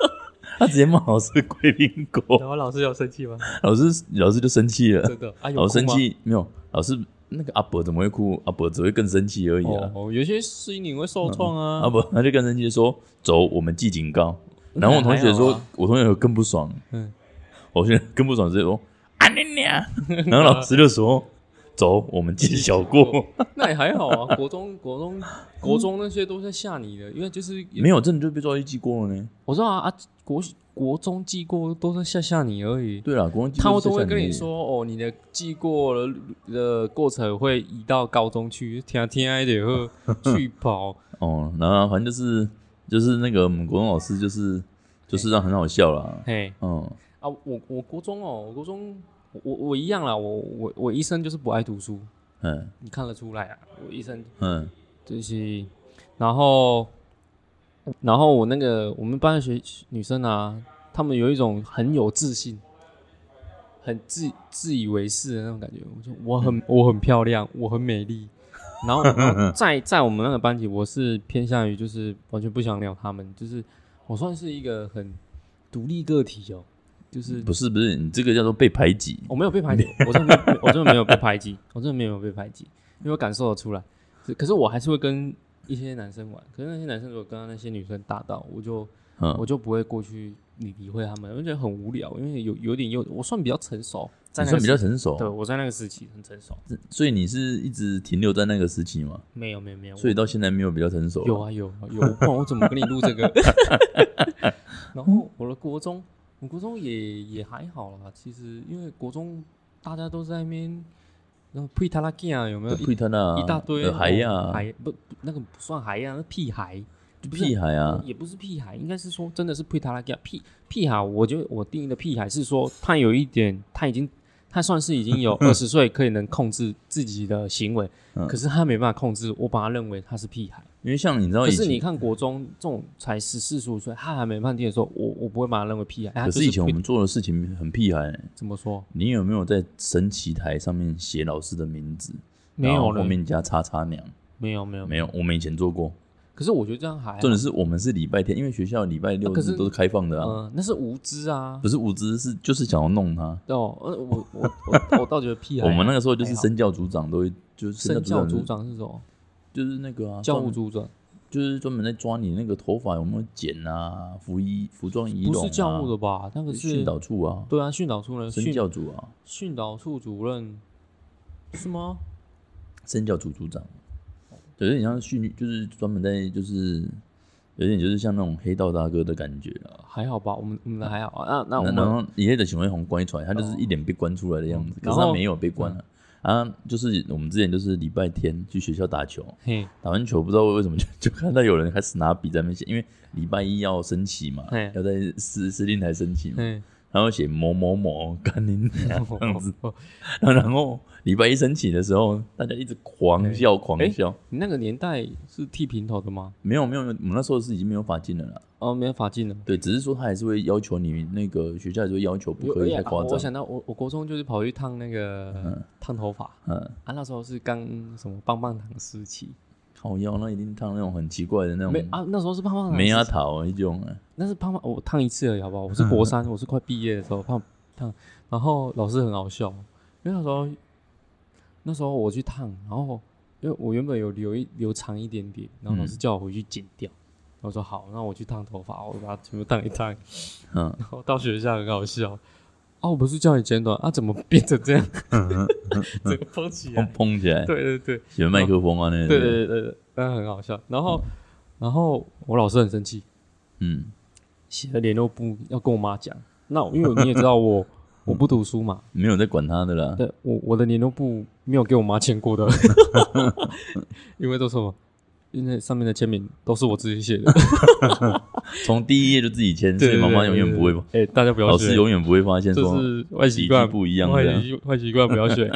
[SPEAKER 2] [laughs]
[SPEAKER 1] 他直接骂老师贵宾狗，
[SPEAKER 2] 然后老师有生
[SPEAKER 1] [laughs]
[SPEAKER 2] 气吗？
[SPEAKER 1] 老师老师就生气了，
[SPEAKER 2] 真的，啊，有
[SPEAKER 1] 老师生
[SPEAKER 2] 哭吗。
[SPEAKER 1] 气没有？老师那个阿伯怎么会哭？阿伯只会更生气而已啊。
[SPEAKER 2] 哦，有些心灵会受创啊。
[SPEAKER 1] 啊不，他就跟生气说走，我们记警告。然后我同学
[SPEAKER 2] 嗯还好
[SPEAKER 1] 说
[SPEAKER 2] 啊，
[SPEAKER 1] 我同学更不爽，
[SPEAKER 2] 嗯
[SPEAKER 1] 我同学更不爽，直接说啊你
[SPEAKER 2] [laughs]
[SPEAKER 1] 娘！然后老师就说：“走，我们进小
[SPEAKER 2] [laughs]
[SPEAKER 1] 过。
[SPEAKER 2] 那也还好啊。国中、 [laughs] 国中、国中那些都在吓你的，因为就是”
[SPEAKER 1] 没有，真的就被抓去记过了呢。
[SPEAKER 2] 我知道啊啊，国国中记过都在吓吓你而已。
[SPEAKER 1] 对了，国中记
[SPEAKER 2] 他
[SPEAKER 1] 过
[SPEAKER 2] 们
[SPEAKER 1] 是
[SPEAKER 2] 都会
[SPEAKER 1] 像
[SPEAKER 2] 跟你说哦，你的记过了的过程会移到高中去，天天爱的会 [laughs] 去跑。
[SPEAKER 1] 哦，然后反正就是就是那个我们国中老师就是就是让很好笑啦。
[SPEAKER 2] 嘿
[SPEAKER 1] 嗯，
[SPEAKER 2] 啊，我我国中哦，我国中我我我一样啦，我我我一生就是不爱读书，
[SPEAKER 1] 嗯
[SPEAKER 2] 你看得出来啊，我一生
[SPEAKER 1] 嗯
[SPEAKER 2] 就是，然后，然后我那个我们班的学女生啊，她们有一种很有自信、很自自以为是的那种感觉。我就我很我很漂亮，我很美丽。然后，然后在在我们那个班级，我是偏向于就是完全不想鸟他们，就是我算是一个很独立个体哦，就是
[SPEAKER 1] 不是不是，你这个叫做被排挤。
[SPEAKER 2] 我没有被排挤，我真的没有，我真的没有被排挤，我真的没有被排挤，因为我感受得出来。是可是我还是会跟一些男生玩，可是那些男生如果跟那些女生打到，我就
[SPEAKER 1] 嗯
[SPEAKER 2] 我就不会过去理理会他们，我觉得很无聊，因为有有点幼，我算比较成熟，在
[SPEAKER 1] 你
[SPEAKER 2] 那个
[SPEAKER 1] 算比较
[SPEAKER 2] 时
[SPEAKER 1] 成熟，
[SPEAKER 2] 对，我在那个时期很成熟，
[SPEAKER 1] 所以你是一直停留在那个时期嘛？
[SPEAKER 2] 没有没有没有，
[SPEAKER 1] 所以到现在没有比较成熟。
[SPEAKER 2] 有啊有啊有，不然我怎么跟你录
[SPEAKER 1] [laughs]
[SPEAKER 2] 这个？ [laughs] 然后我的国中，我国中也也还好啦，其实因为国中大家都在那边，然后呸他拉吉啊，有没有？一
[SPEAKER 1] 配他那
[SPEAKER 2] 一大堆哦
[SPEAKER 1] 海呀，
[SPEAKER 2] 还不不那个不算海呀、那屁孩，不是
[SPEAKER 1] 啊屁孩啊，
[SPEAKER 2] 也不是屁孩，应该是说真的是呸他拉吉啊，屁屁孩，我觉得我定义的屁孩是说他有一点，他已经。他算是已
[SPEAKER 1] [laughs]
[SPEAKER 2] 经有二十岁，可以能控制自己的行为，
[SPEAKER 1] 嗯
[SPEAKER 2] 可是他没办法控制，我把他认为他是屁孩。
[SPEAKER 1] 因为像你知道
[SPEAKER 2] 可
[SPEAKER 1] 以
[SPEAKER 2] 是你
[SPEAKER 1] 前，
[SPEAKER 2] 看国中这种才十四十五岁，他还没判定的时候，我我不会把他认为屁孩。哎他
[SPEAKER 1] 可
[SPEAKER 2] 就是
[SPEAKER 1] 以前我
[SPEAKER 2] 会
[SPEAKER 1] 们做的事情很屁孩欸。
[SPEAKER 2] 怎么说？
[SPEAKER 1] 你有没有在升旗台上面写老师的名字？
[SPEAKER 2] 没
[SPEAKER 1] 然
[SPEAKER 2] 有
[SPEAKER 1] 后后
[SPEAKER 2] 了，
[SPEAKER 1] 面加叉叉娘，
[SPEAKER 2] 没有没有。
[SPEAKER 1] 啊没啊有，我们以前做过。
[SPEAKER 2] 可是我觉得这样还好
[SPEAKER 1] 重点是我们是礼拜天，因为学校礼拜六
[SPEAKER 2] 啊
[SPEAKER 1] 日
[SPEAKER 2] 可是
[SPEAKER 1] 都是开放的啊，
[SPEAKER 2] 嗯，那是无知啊
[SPEAKER 1] 不。是无知，是就是想要弄他。
[SPEAKER 2] 哦，呃我我我我倒觉得屁
[SPEAKER 1] [laughs]
[SPEAKER 2] 孩
[SPEAKER 1] 我
[SPEAKER 2] 啊。
[SPEAKER 1] 们那个时候就是
[SPEAKER 2] 还好
[SPEAKER 1] 身教组长都会，就是
[SPEAKER 2] [laughs] 身教组
[SPEAKER 1] 组
[SPEAKER 2] 长是什么？
[SPEAKER 1] 就是那个啊，
[SPEAKER 2] 教务
[SPEAKER 1] 专
[SPEAKER 2] 组长
[SPEAKER 1] 就是专门在抓你那个头发有没有剪啊，服衣服装仪
[SPEAKER 2] 不
[SPEAKER 1] 容啊
[SPEAKER 2] 是教务的吧？那个是
[SPEAKER 1] 训导处啊，
[SPEAKER 2] 对啊，训导处呢？
[SPEAKER 1] 身
[SPEAKER 2] 训
[SPEAKER 1] 教组啊，
[SPEAKER 2] 训导处主任是吗？
[SPEAKER 1] 身教组组长，有点像训，就是专门在就是有点就是像那种黑道大哥的感觉啊。
[SPEAKER 2] 还好吧，我们我们的还好啊。那那我
[SPEAKER 1] 那
[SPEAKER 2] 们
[SPEAKER 1] 然后爷爷的行为红关出来，他就是一脸被关出来的样子，
[SPEAKER 2] 嗯
[SPEAKER 1] 可是
[SPEAKER 2] 然
[SPEAKER 1] 他
[SPEAKER 2] 后嗯
[SPEAKER 1] 没有被关啊。啊，就是我们之前就是礼拜天去学校打球，
[SPEAKER 2] 嘿
[SPEAKER 1] 打完球不知道为什么就 [laughs] 就看到有人开始拿笔在那边写，因为礼拜一要升旗嘛
[SPEAKER 2] 嘿，
[SPEAKER 1] 要在司司令台升旗嘛，
[SPEAKER 2] 嘿，
[SPEAKER 1] 然后写某某某干你娘这样子，然后 [laughs] 然后礼拜一升旗的时候，大家一直狂笑狂
[SPEAKER 2] 哎
[SPEAKER 1] 笑，
[SPEAKER 2] [laughs] 你那个年代是剃平头的吗？
[SPEAKER 1] 没有没有，没有，我们那时候是已经没有法禁了啦。
[SPEAKER 2] 哦，没有法进了。
[SPEAKER 1] 对，只是说他还是会要求你那个学校还是会要求不可以太夸
[SPEAKER 2] 哎我
[SPEAKER 1] 张。
[SPEAKER 2] 想到我我国中就是跑去烫那个、烫头发
[SPEAKER 1] 嗯，
[SPEAKER 2] 啊，那时候是刚什么棒棒糖时期，
[SPEAKER 1] 靠腰那一定烫那种很奇怪的那
[SPEAKER 2] 没
[SPEAKER 1] 种
[SPEAKER 2] 啊，那时候是棒棒糖时期，
[SPEAKER 1] 梅阿桃那种啊。
[SPEAKER 2] 那是棒棒我烫一次而已，好不好？我是国三，我是快毕业的时候烫烫，然后老师很好笑，因为那时候那时候我去烫，然后因为我原本有留一留长一点点，然后老师
[SPEAKER 1] 嗯
[SPEAKER 2] 叫我回去剪掉，然后我说好，那我去烫头发，我把它全部烫一烫，
[SPEAKER 1] 嗯，
[SPEAKER 2] 然后到学校很好笑。啊，我不是叫你剪短啊，怎么变成这样？整个蓬起来
[SPEAKER 1] 砰。砰起来，
[SPEAKER 2] 对对对
[SPEAKER 1] 喜欢麦克风啊那个。
[SPEAKER 2] 对对对对对，那很好笑。然后，然后我老师很生气，
[SPEAKER 1] 嗯，
[SPEAKER 2] 写了联络簿要跟我妈讲。那我因为你也知道我我不读书嘛，
[SPEAKER 1] 没有在管他的啦。
[SPEAKER 2] 对我我的联络簿没有给我妈签过的，因为都是什么？因为上面的签名都是我自己写的，
[SPEAKER 1] 从第一页就自己签，所以妈妈永远不会，
[SPEAKER 2] 哎，大家不要
[SPEAKER 1] 老
[SPEAKER 2] 学
[SPEAKER 1] 师，永远不会发现
[SPEAKER 2] 这
[SPEAKER 1] 说
[SPEAKER 2] 是坏习
[SPEAKER 1] 笔记
[SPEAKER 2] 惯
[SPEAKER 1] 不一样嗯
[SPEAKER 2] 坏
[SPEAKER 1] 这样。
[SPEAKER 2] 习 [laughs] 坏习惯不要
[SPEAKER 1] [laughs]
[SPEAKER 2] 学。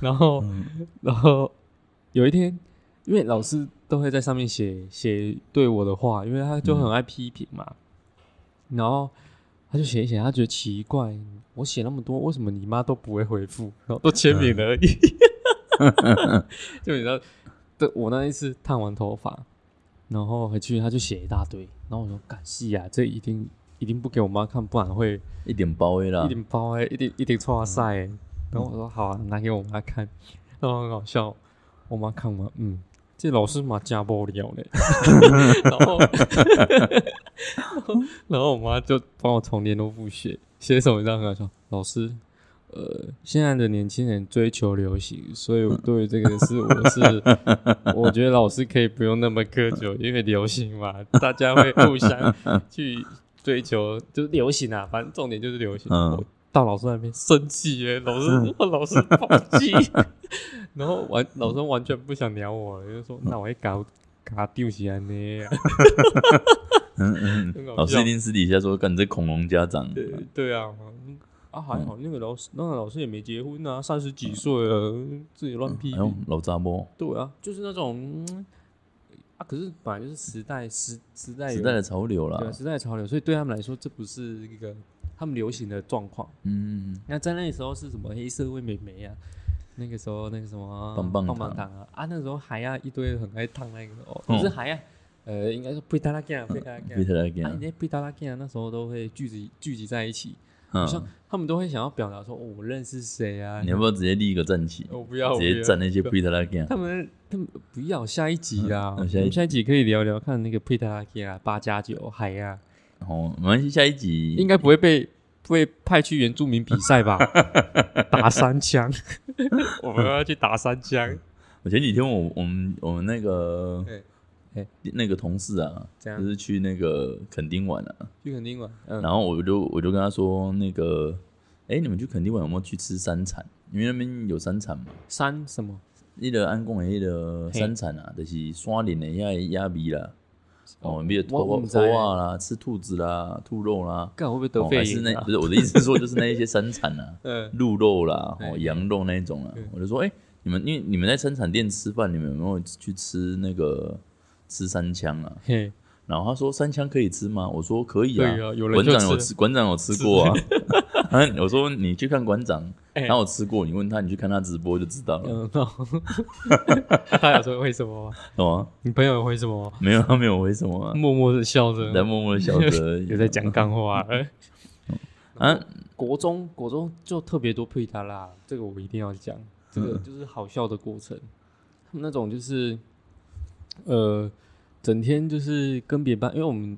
[SPEAKER 2] 然后，然后有一天，因为老师都会在上面写写对我的话，因为他
[SPEAKER 1] 嗯
[SPEAKER 2] 就很爱批评嘛。然后他就写一写，他觉得奇怪，我写那么多，为什么你妈都不会回复？然后都签
[SPEAKER 1] 嗯
[SPEAKER 2] 名了而已。 [laughs] 就你知道，对我那一次烫完头发，然后回去他就写一大堆，然后我说感谢啊，这一定一定不给我妈看，不然会
[SPEAKER 1] 一点包围啦
[SPEAKER 2] 一，点包哎、一点一点错塞哎、然后我说好啊，拿给我妈看，然后很好笑，我妈看完，嗯，这老师嘛加不了嘞，然后然后然后我妈就帮我从联络簿写写什么，你知道很好笑，老师。呃，现在的年轻人追求流行，所以我对于这个是我是，我觉得老师可以不用那么苛求，因为流行嘛，大家会互相去追求，就是流行啊，反正重点就是流行。
[SPEAKER 1] 嗯
[SPEAKER 2] 我到老师那边生气耶，老师我老师暴击，然后完老师完全不想鸟我，就说那我会搞搞丢起来呢。
[SPEAKER 1] 嗯嗯
[SPEAKER 2] 很
[SPEAKER 1] 嗯，
[SPEAKER 2] 好
[SPEAKER 1] 老师
[SPEAKER 2] 笑
[SPEAKER 1] 一定私底下说，干你这恐龙家长，
[SPEAKER 2] 对对啊，嗯啊还好，那个老师那个老师也没结婚啊，三十几岁了，自己乱批
[SPEAKER 1] 哎
[SPEAKER 2] 评。
[SPEAKER 1] 呦老杂波，
[SPEAKER 2] 对啊，就是那种、嗯啊，可是本来就是时代时时代有
[SPEAKER 1] 时代的潮流啦
[SPEAKER 2] 哎对啊、，时代的潮流，所以对他们来说，这不是一个他们流行的状况。
[SPEAKER 1] 嗯，嗯
[SPEAKER 2] 那在那时候是什么黑社会美眉啊？那个时候那个什么
[SPEAKER 1] 棒棒
[SPEAKER 2] 棒
[SPEAKER 1] 糖
[SPEAKER 2] 棒糖啊啊，那时候还要一堆很爱烫那个哦，不是
[SPEAKER 1] 嗯
[SPEAKER 2] 还要呃，应该是贝塔拉干贝塔拉
[SPEAKER 1] 嗯
[SPEAKER 2] 干
[SPEAKER 1] ，Peter
[SPEAKER 2] 啊，
[SPEAKER 1] again，
[SPEAKER 2] 你那贝塔拉干那时候都会聚集聚集在一起，好像
[SPEAKER 1] 嗯，
[SPEAKER 2] 他们都会想要表达说，哦，我认识谁啊？
[SPEAKER 1] 你要不要直接立一个战旗，
[SPEAKER 2] 我不哦要，
[SPEAKER 1] 直
[SPEAKER 2] 我不
[SPEAKER 1] 接
[SPEAKER 2] 要
[SPEAKER 1] 站那些
[SPEAKER 2] 不要
[SPEAKER 1] Peter again，
[SPEAKER 2] 他们他们不要下一集啦，
[SPEAKER 1] 嗯
[SPEAKER 2] 我
[SPEAKER 1] 下一集
[SPEAKER 2] 们下一集可以聊聊看那个佩特拉基啊，八加九海呀，
[SPEAKER 1] 哦，没关系，下一集
[SPEAKER 2] 应该不会被不会派去原住民比赛
[SPEAKER 1] [laughs]
[SPEAKER 2] 吧？打三枪，我们要去打三枪，
[SPEAKER 1] 我前几天我我们我们那个
[SPEAKER 2] 哎哎
[SPEAKER 1] 那个同事啊，
[SPEAKER 2] 怎
[SPEAKER 1] 就
[SPEAKER 2] 样
[SPEAKER 1] 是去那个垦丁玩啊，
[SPEAKER 2] 去垦丁玩，嗯，
[SPEAKER 1] 然后我就我就跟他说那个，哎、你们去垦丁玩有没有去吃山产？因为那边有山产嘛，
[SPEAKER 2] 三什么？
[SPEAKER 1] 那个安公的那个山产啊，就是山林的遐野味啦，哦，比如
[SPEAKER 2] 我
[SPEAKER 1] 拖
[SPEAKER 2] 不知
[SPEAKER 1] 拖
[SPEAKER 2] 道
[SPEAKER 1] 啊啦，吃兔子啦、兔肉啦，
[SPEAKER 2] 干会不会得
[SPEAKER 1] 哦，还
[SPEAKER 2] 肺
[SPEAKER 1] 是
[SPEAKER 2] 炎
[SPEAKER 1] 那
[SPEAKER 2] 啊
[SPEAKER 1] 不？是我的意思是说，就是那一些山产啊，
[SPEAKER 2] [laughs] 嗯，
[SPEAKER 1] 鹿肉啦、哦
[SPEAKER 2] 哎
[SPEAKER 1] 羊肉那一种啦，我就说，哎、你们因为你们在生产店吃饭，你们有没有去吃那个吃三枪啊？
[SPEAKER 2] 嘿，
[SPEAKER 1] 然后他说三枪可以吃吗？我说可以
[SPEAKER 2] 对
[SPEAKER 1] 啊，
[SPEAKER 2] 啊，有人
[SPEAKER 1] 馆
[SPEAKER 2] 就
[SPEAKER 1] 长
[SPEAKER 2] 吃
[SPEAKER 1] 有
[SPEAKER 2] 了，
[SPEAKER 1] 吃，馆长有吃过
[SPEAKER 2] [laughs]
[SPEAKER 1] 啊。然后我说你去看馆长，
[SPEAKER 2] 哎
[SPEAKER 1] 他有吃过，你问他，你去看他直播就知道了，
[SPEAKER 2] [laughs] 嗯，那 [laughs] 他有说为什么吗？
[SPEAKER 1] 懂吗？
[SPEAKER 2] 你朋友有会什么吗？
[SPEAKER 1] 没有，他没有为什么啊，
[SPEAKER 2] 默默的笑着，
[SPEAKER 1] 在默默的笑着而已。
[SPEAKER 2] 有在讲干话。 [laughs]
[SPEAKER 1] 啊，
[SPEAKER 2] 嗯国中国中就特别多配他啦，这个我一定要讲，这个就是好笑的过程。他们那种就是，呃，整天就是跟别班，因为我们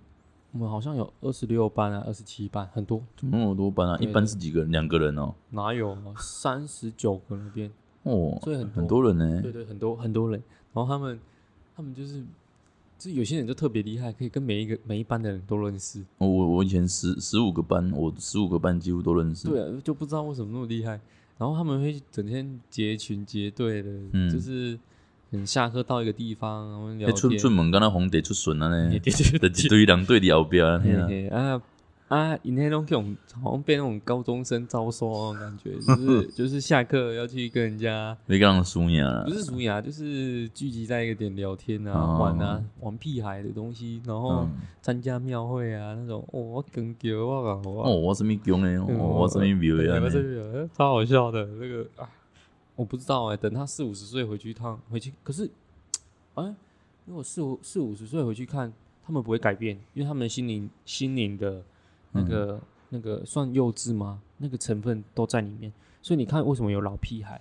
[SPEAKER 2] 我们好像有二十六班啊，二十七班，很多
[SPEAKER 1] 怎么那么多班啊？一
[SPEAKER 2] 对
[SPEAKER 1] 班是几个人？两个人哦，
[SPEAKER 2] 哪有三十九个那边，
[SPEAKER 1] 哦，
[SPEAKER 2] 所以很多
[SPEAKER 1] 很多人呢
[SPEAKER 2] 对。对，很多很多人。然后他们他们就是，就有些人就特别厉害，可以跟每一个每一班的人都认识。
[SPEAKER 1] 我我我以前十十五个班，我十五个班几乎都认识。
[SPEAKER 2] 对啊，就不知道为什么那么厉害。然后他们会整天结群结队的，
[SPEAKER 1] 嗯
[SPEAKER 2] 就是嗯下课到一个地方，然后聊
[SPEAKER 1] 欸，出
[SPEAKER 2] 天，
[SPEAKER 1] 出门敢若红地出巡啊呢
[SPEAKER 2] 嘿，对对
[SPEAKER 1] 就
[SPEAKER 2] 对
[SPEAKER 1] 一堆人对伫后壁啊，嘿
[SPEAKER 2] 嘿
[SPEAKER 1] 啊
[SPEAKER 2] 嘿啊啊！以前那种种好像被那种高中生招收那种感觉，就是就是下课要去跟人家
[SPEAKER 1] 要甲人输赢啊啦
[SPEAKER 2] 不。是属牙，就是聚集在一个点聊天啊、
[SPEAKER 1] 哦
[SPEAKER 2] 玩啊、玩屁孩的东西，然后
[SPEAKER 1] 嗯
[SPEAKER 2] 参加庙会啊那种，哦，我跟球我搞我。
[SPEAKER 1] 哦，我什么强诶，
[SPEAKER 2] 嗯
[SPEAKER 1] 哦我什么苗
[SPEAKER 2] 对
[SPEAKER 1] 诶，
[SPEAKER 2] 我
[SPEAKER 1] 安
[SPEAKER 2] 这
[SPEAKER 1] 尼
[SPEAKER 2] 个嗯超好笑的那个啊，我不知道哎、等他四五十岁回去一趟回去，可是哎、如果四五四五十岁回去看，他们不会改变，因为他们心灵心灵的那个、
[SPEAKER 1] 嗯
[SPEAKER 2] 那个算幼稚吗？那个成分都在里面，所以你看为什么有老屁孩，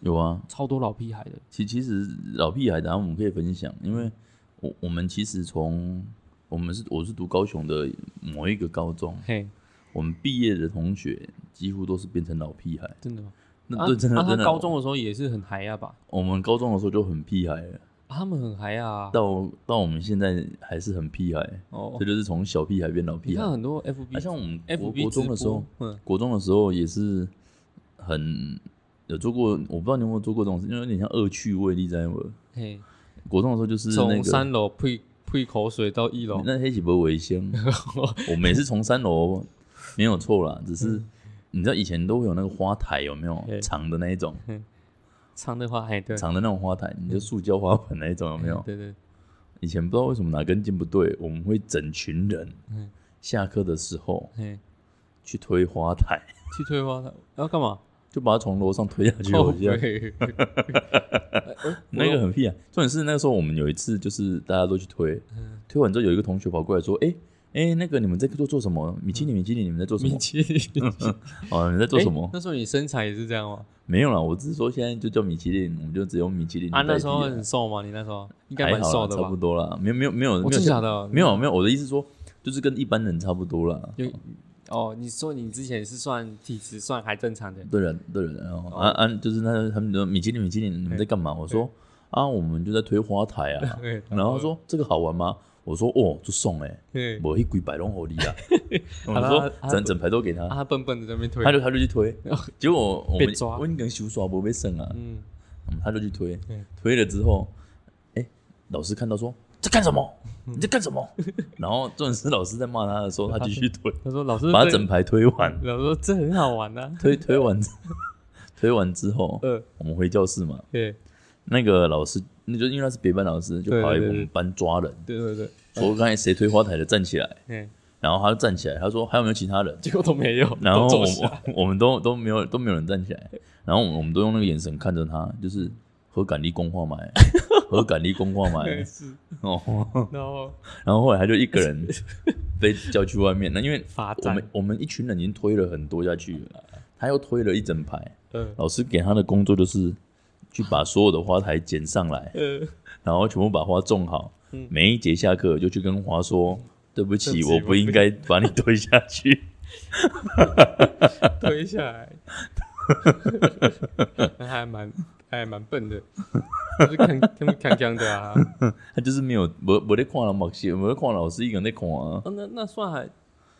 [SPEAKER 1] 有啊。
[SPEAKER 2] 超多老屁孩的，
[SPEAKER 1] 其其实老屁孩，然后我们可以分享，因
[SPEAKER 2] 嗯
[SPEAKER 1] 为我我们其实从我们是我是读高雄的某一个高中，
[SPEAKER 2] 嘿，
[SPEAKER 1] 我们毕业的同学几乎都是变成老屁孩。
[SPEAKER 2] 真的吗？
[SPEAKER 1] 那对真的
[SPEAKER 2] 啊啊、
[SPEAKER 1] 真
[SPEAKER 2] 他
[SPEAKER 1] 的，哦
[SPEAKER 2] 高中的时候也是很嗨呀吧、
[SPEAKER 1] 我们高中的时候就很屁孩了，
[SPEAKER 2] 啊他们很嗨呀、啊，
[SPEAKER 1] 到到我们现在还是很屁孩，
[SPEAKER 2] 哦
[SPEAKER 1] 这，就是从小屁孩变老
[SPEAKER 2] 你
[SPEAKER 1] 屁孩
[SPEAKER 2] 看。很多
[SPEAKER 1] 啊，
[SPEAKER 2] FB
[SPEAKER 1] 像我们国
[SPEAKER 2] FB
[SPEAKER 1] 国中的
[SPEAKER 2] 直
[SPEAKER 1] 时候
[SPEAKER 2] 播，，嗯，
[SPEAKER 1] 国中的时候也是很有做过，我不知道你有没有做过这种事，因为有点像恶趣味，你知道吗？
[SPEAKER 2] 嘿。
[SPEAKER 1] 国中的时候就是那
[SPEAKER 2] 从
[SPEAKER 1] 个
[SPEAKER 2] 三楼呸呸口水到一楼，
[SPEAKER 1] 那黑起不为
[SPEAKER 2] [laughs]
[SPEAKER 1] 先，我每次从三楼没有错啦，只是你知道以前都会有那个花台有没有
[SPEAKER 2] 嗯嘿
[SPEAKER 1] 长的那一种，
[SPEAKER 2] 唱的话，哎，对，
[SPEAKER 1] 长的那种花台，你就塑胶花盆那一种有没有？
[SPEAKER 2] 对对，
[SPEAKER 1] 以前不知道为什么哪根筋不对，我们会整群人
[SPEAKER 2] 嗯
[SPEAKER 1] 下课的时候
[SPEAKER 2] 哎，
[SPEAKER 1] 去推花台， [laughs]
[SPEAKER 2] 去退花的要干嘛？
[SPEAKER 1] 就把它从楼上推下去，
[SPEAKER 2] 靠
[SPEAKER 1] 我记得。
[SPEAKER 2] 背
[SPEAKER 1] [laughs] 那个很屁啊！重点是那个时候我们有一次就是大家都去推，
[SPEAKER 2] 嗯
[SPEAKER 1] 推完之后有一个同学跑过来说：“哎、哎、那个你们在做做什么？米其林，米其林，你们在做什么
[SPEAKER 2] 米？其林
[SPEAKER 1] 哦，你们在做什么
[SPEAKER 2] 哎？那时候你身材也是这样吗？
[SPEAKER 1] 没有啦，我只是说现在就叫米其林，我们就只用米其林
[SPEAKER 2] 啊，
[SPEAKER 1] 代
[SPEAKER 2] 那时
[SPEAKER 1] 替
[SPEAKER 2] 候
[SPEAKER 1] 啦
[SPEAKER 2] 很瘦吗？你那时候应该
[SPEAKER 1] 嗯还
[SPEAKER 2] 蛮
[SPEAKER 1] 好
[SPEAKER 2] 瘦
[SPEAKER 1] 啦，
[SPEAKER 2] 的
[SPEAKER 1] 差
[SPEAKER 2] 吧
[SPEAKER 1] 不？多啦，没有没有没有，
[SPEAKER 2] 我
[SPEAKER 1] 没有
[SPEAKER 2] 真假的
[SPEAKER 1] 没有没有，我的意思说就是跟一般人差不多啦。
[SPEAKER 2] 有哦，你说你之前是算体质算还
[SPEAKER 1] [laughs]
[SPEAKER 2] 正常的，
[SPEAKER 1] 对人对人，然
[SPEAKER 2] 哦
[SPEAKER 1] 后啊啊，就是那他们说米其林米其林，你们在干嘛？我说啊，我们就在推花台
[SPEAKER 2] [laughs]
[SPEAKER 1] 啊。
[SPEAKER 2] 对，
[SPEAKER 1] 然后他说这个好玩吗？我说哦，就送哎，
[SPEAKER 2] 对，
[SPEAKER 1] 我一鬼摆弄好力
[SPEAKER 2] [laughs]
[SPEAKER 1] 啊。我
[SPEAKER 2] 好啦
[SPEAKER 1] 说
[SPEAKER 2] 啊
[SPEAKER 1] 整整排都给他
[SPEAKER 2] 啊，，他笨笨的在那边推
[SPEAKER 1] 他，就他就去推，结果我
[SPEAKER 2] 被
[SPEAKER 1] 们
[SPEAKER 2] 抓
[SPEAKER 1] 我们跟修刷不被剩啊，
[SPEAKER 2] 嗯，
[SPEAKER 1] 嗯他就去推
[SPEAKER 2] 嗯，
[SPEAKER 1] 推了之后，哎，老师看到说在干什么？你在干什么？ [laughs] 然后重点是老师在骂他的时候，他继
[SPEAKER 2] [laughs]
[SPEAKER 1] 续推，
[SPEAKER 2] 他说老师
[SPEAKER 1] 把
[SPEAKER 2] 这
[SPEAKER 1] 整排推完，
[SPEAKER 2] 老师说这很好玩啊
[SPEAKER 1] [laughs]
[SPEAKER 2] 呐，
[SPEAKER 1] 推推完之推完之后，
[SPEAKER 2] 呃，
[SPEAKER 1] 我们回教室嘛，
[SPEAKER 2] [laughs] 对
[SPEAKER 1] 那个老师，那就因为他是别班老师，就
[SPEAKER 2] 对
[SPEAKER 1] 跑来
[SPEAKER 2] 对哎对
[SPEAKER 1] 我们班抓人，
[SPEAKER 2] 对对对，
[SPEAKER 1] 说刚才谁推花台的站起来，
[SPEAKER 2] 嗯，
[SPEAKER 1] 然后他就站起来，他说还有没有其他人？
[SPEAKER 2] 结果都没有，
[SPEAKER 1] 然后
[SPEAKER 2] 都
[SPEAKER 1] 我
[SPEAKER 2] 走失了
[SPEAKER 1] 们 [laughs] 我们都都没有都没有人站起来，然后我们我们都用那个眼神看着他，就是和感力公话 [laughs] 买，和感力公话买
[SPEAKER 2] [laughs] 对是，
[SPEAKER 1] 哦，
[SPEAKER 2] 然后
[SPEAKER 1] 然后后来他就一个人被叫去外面，那因为
[SPEAKER 2] 罚
[SPEAKER 1] 我
[SPEAKER 2] 站，
[SPEAKER 1] 们我们一群人已经推了很多下去了，他又推了一整排，
[SPEAKER 2] 呃
[SPEAKER 1] 老师给他的工作就是去把所有的花台捡上来，
[SPEAKER 2] 呃，
[SPEAKER 1] 然后全部把花种好。
[SPEAKER 2] 嗯
[SPEAKER 1] 每一节下课就去跟花说：“对不
[SPEAKER 2] 对
[SPEAKER 1] 起，
[SPEAKER 2] 不起
[SPEAKER 1] 我不应该把你推下去。 [laughs]
[SPEAKER 2] 推下 [laughs] 来，那还蛮还蛮笨的，就是看他们看看的啊，”
[SPEAKER 1] 他就是没有我我在看了某些，我在看老师一个人在看啊，
[SPEAKER 2] 哦那那算还。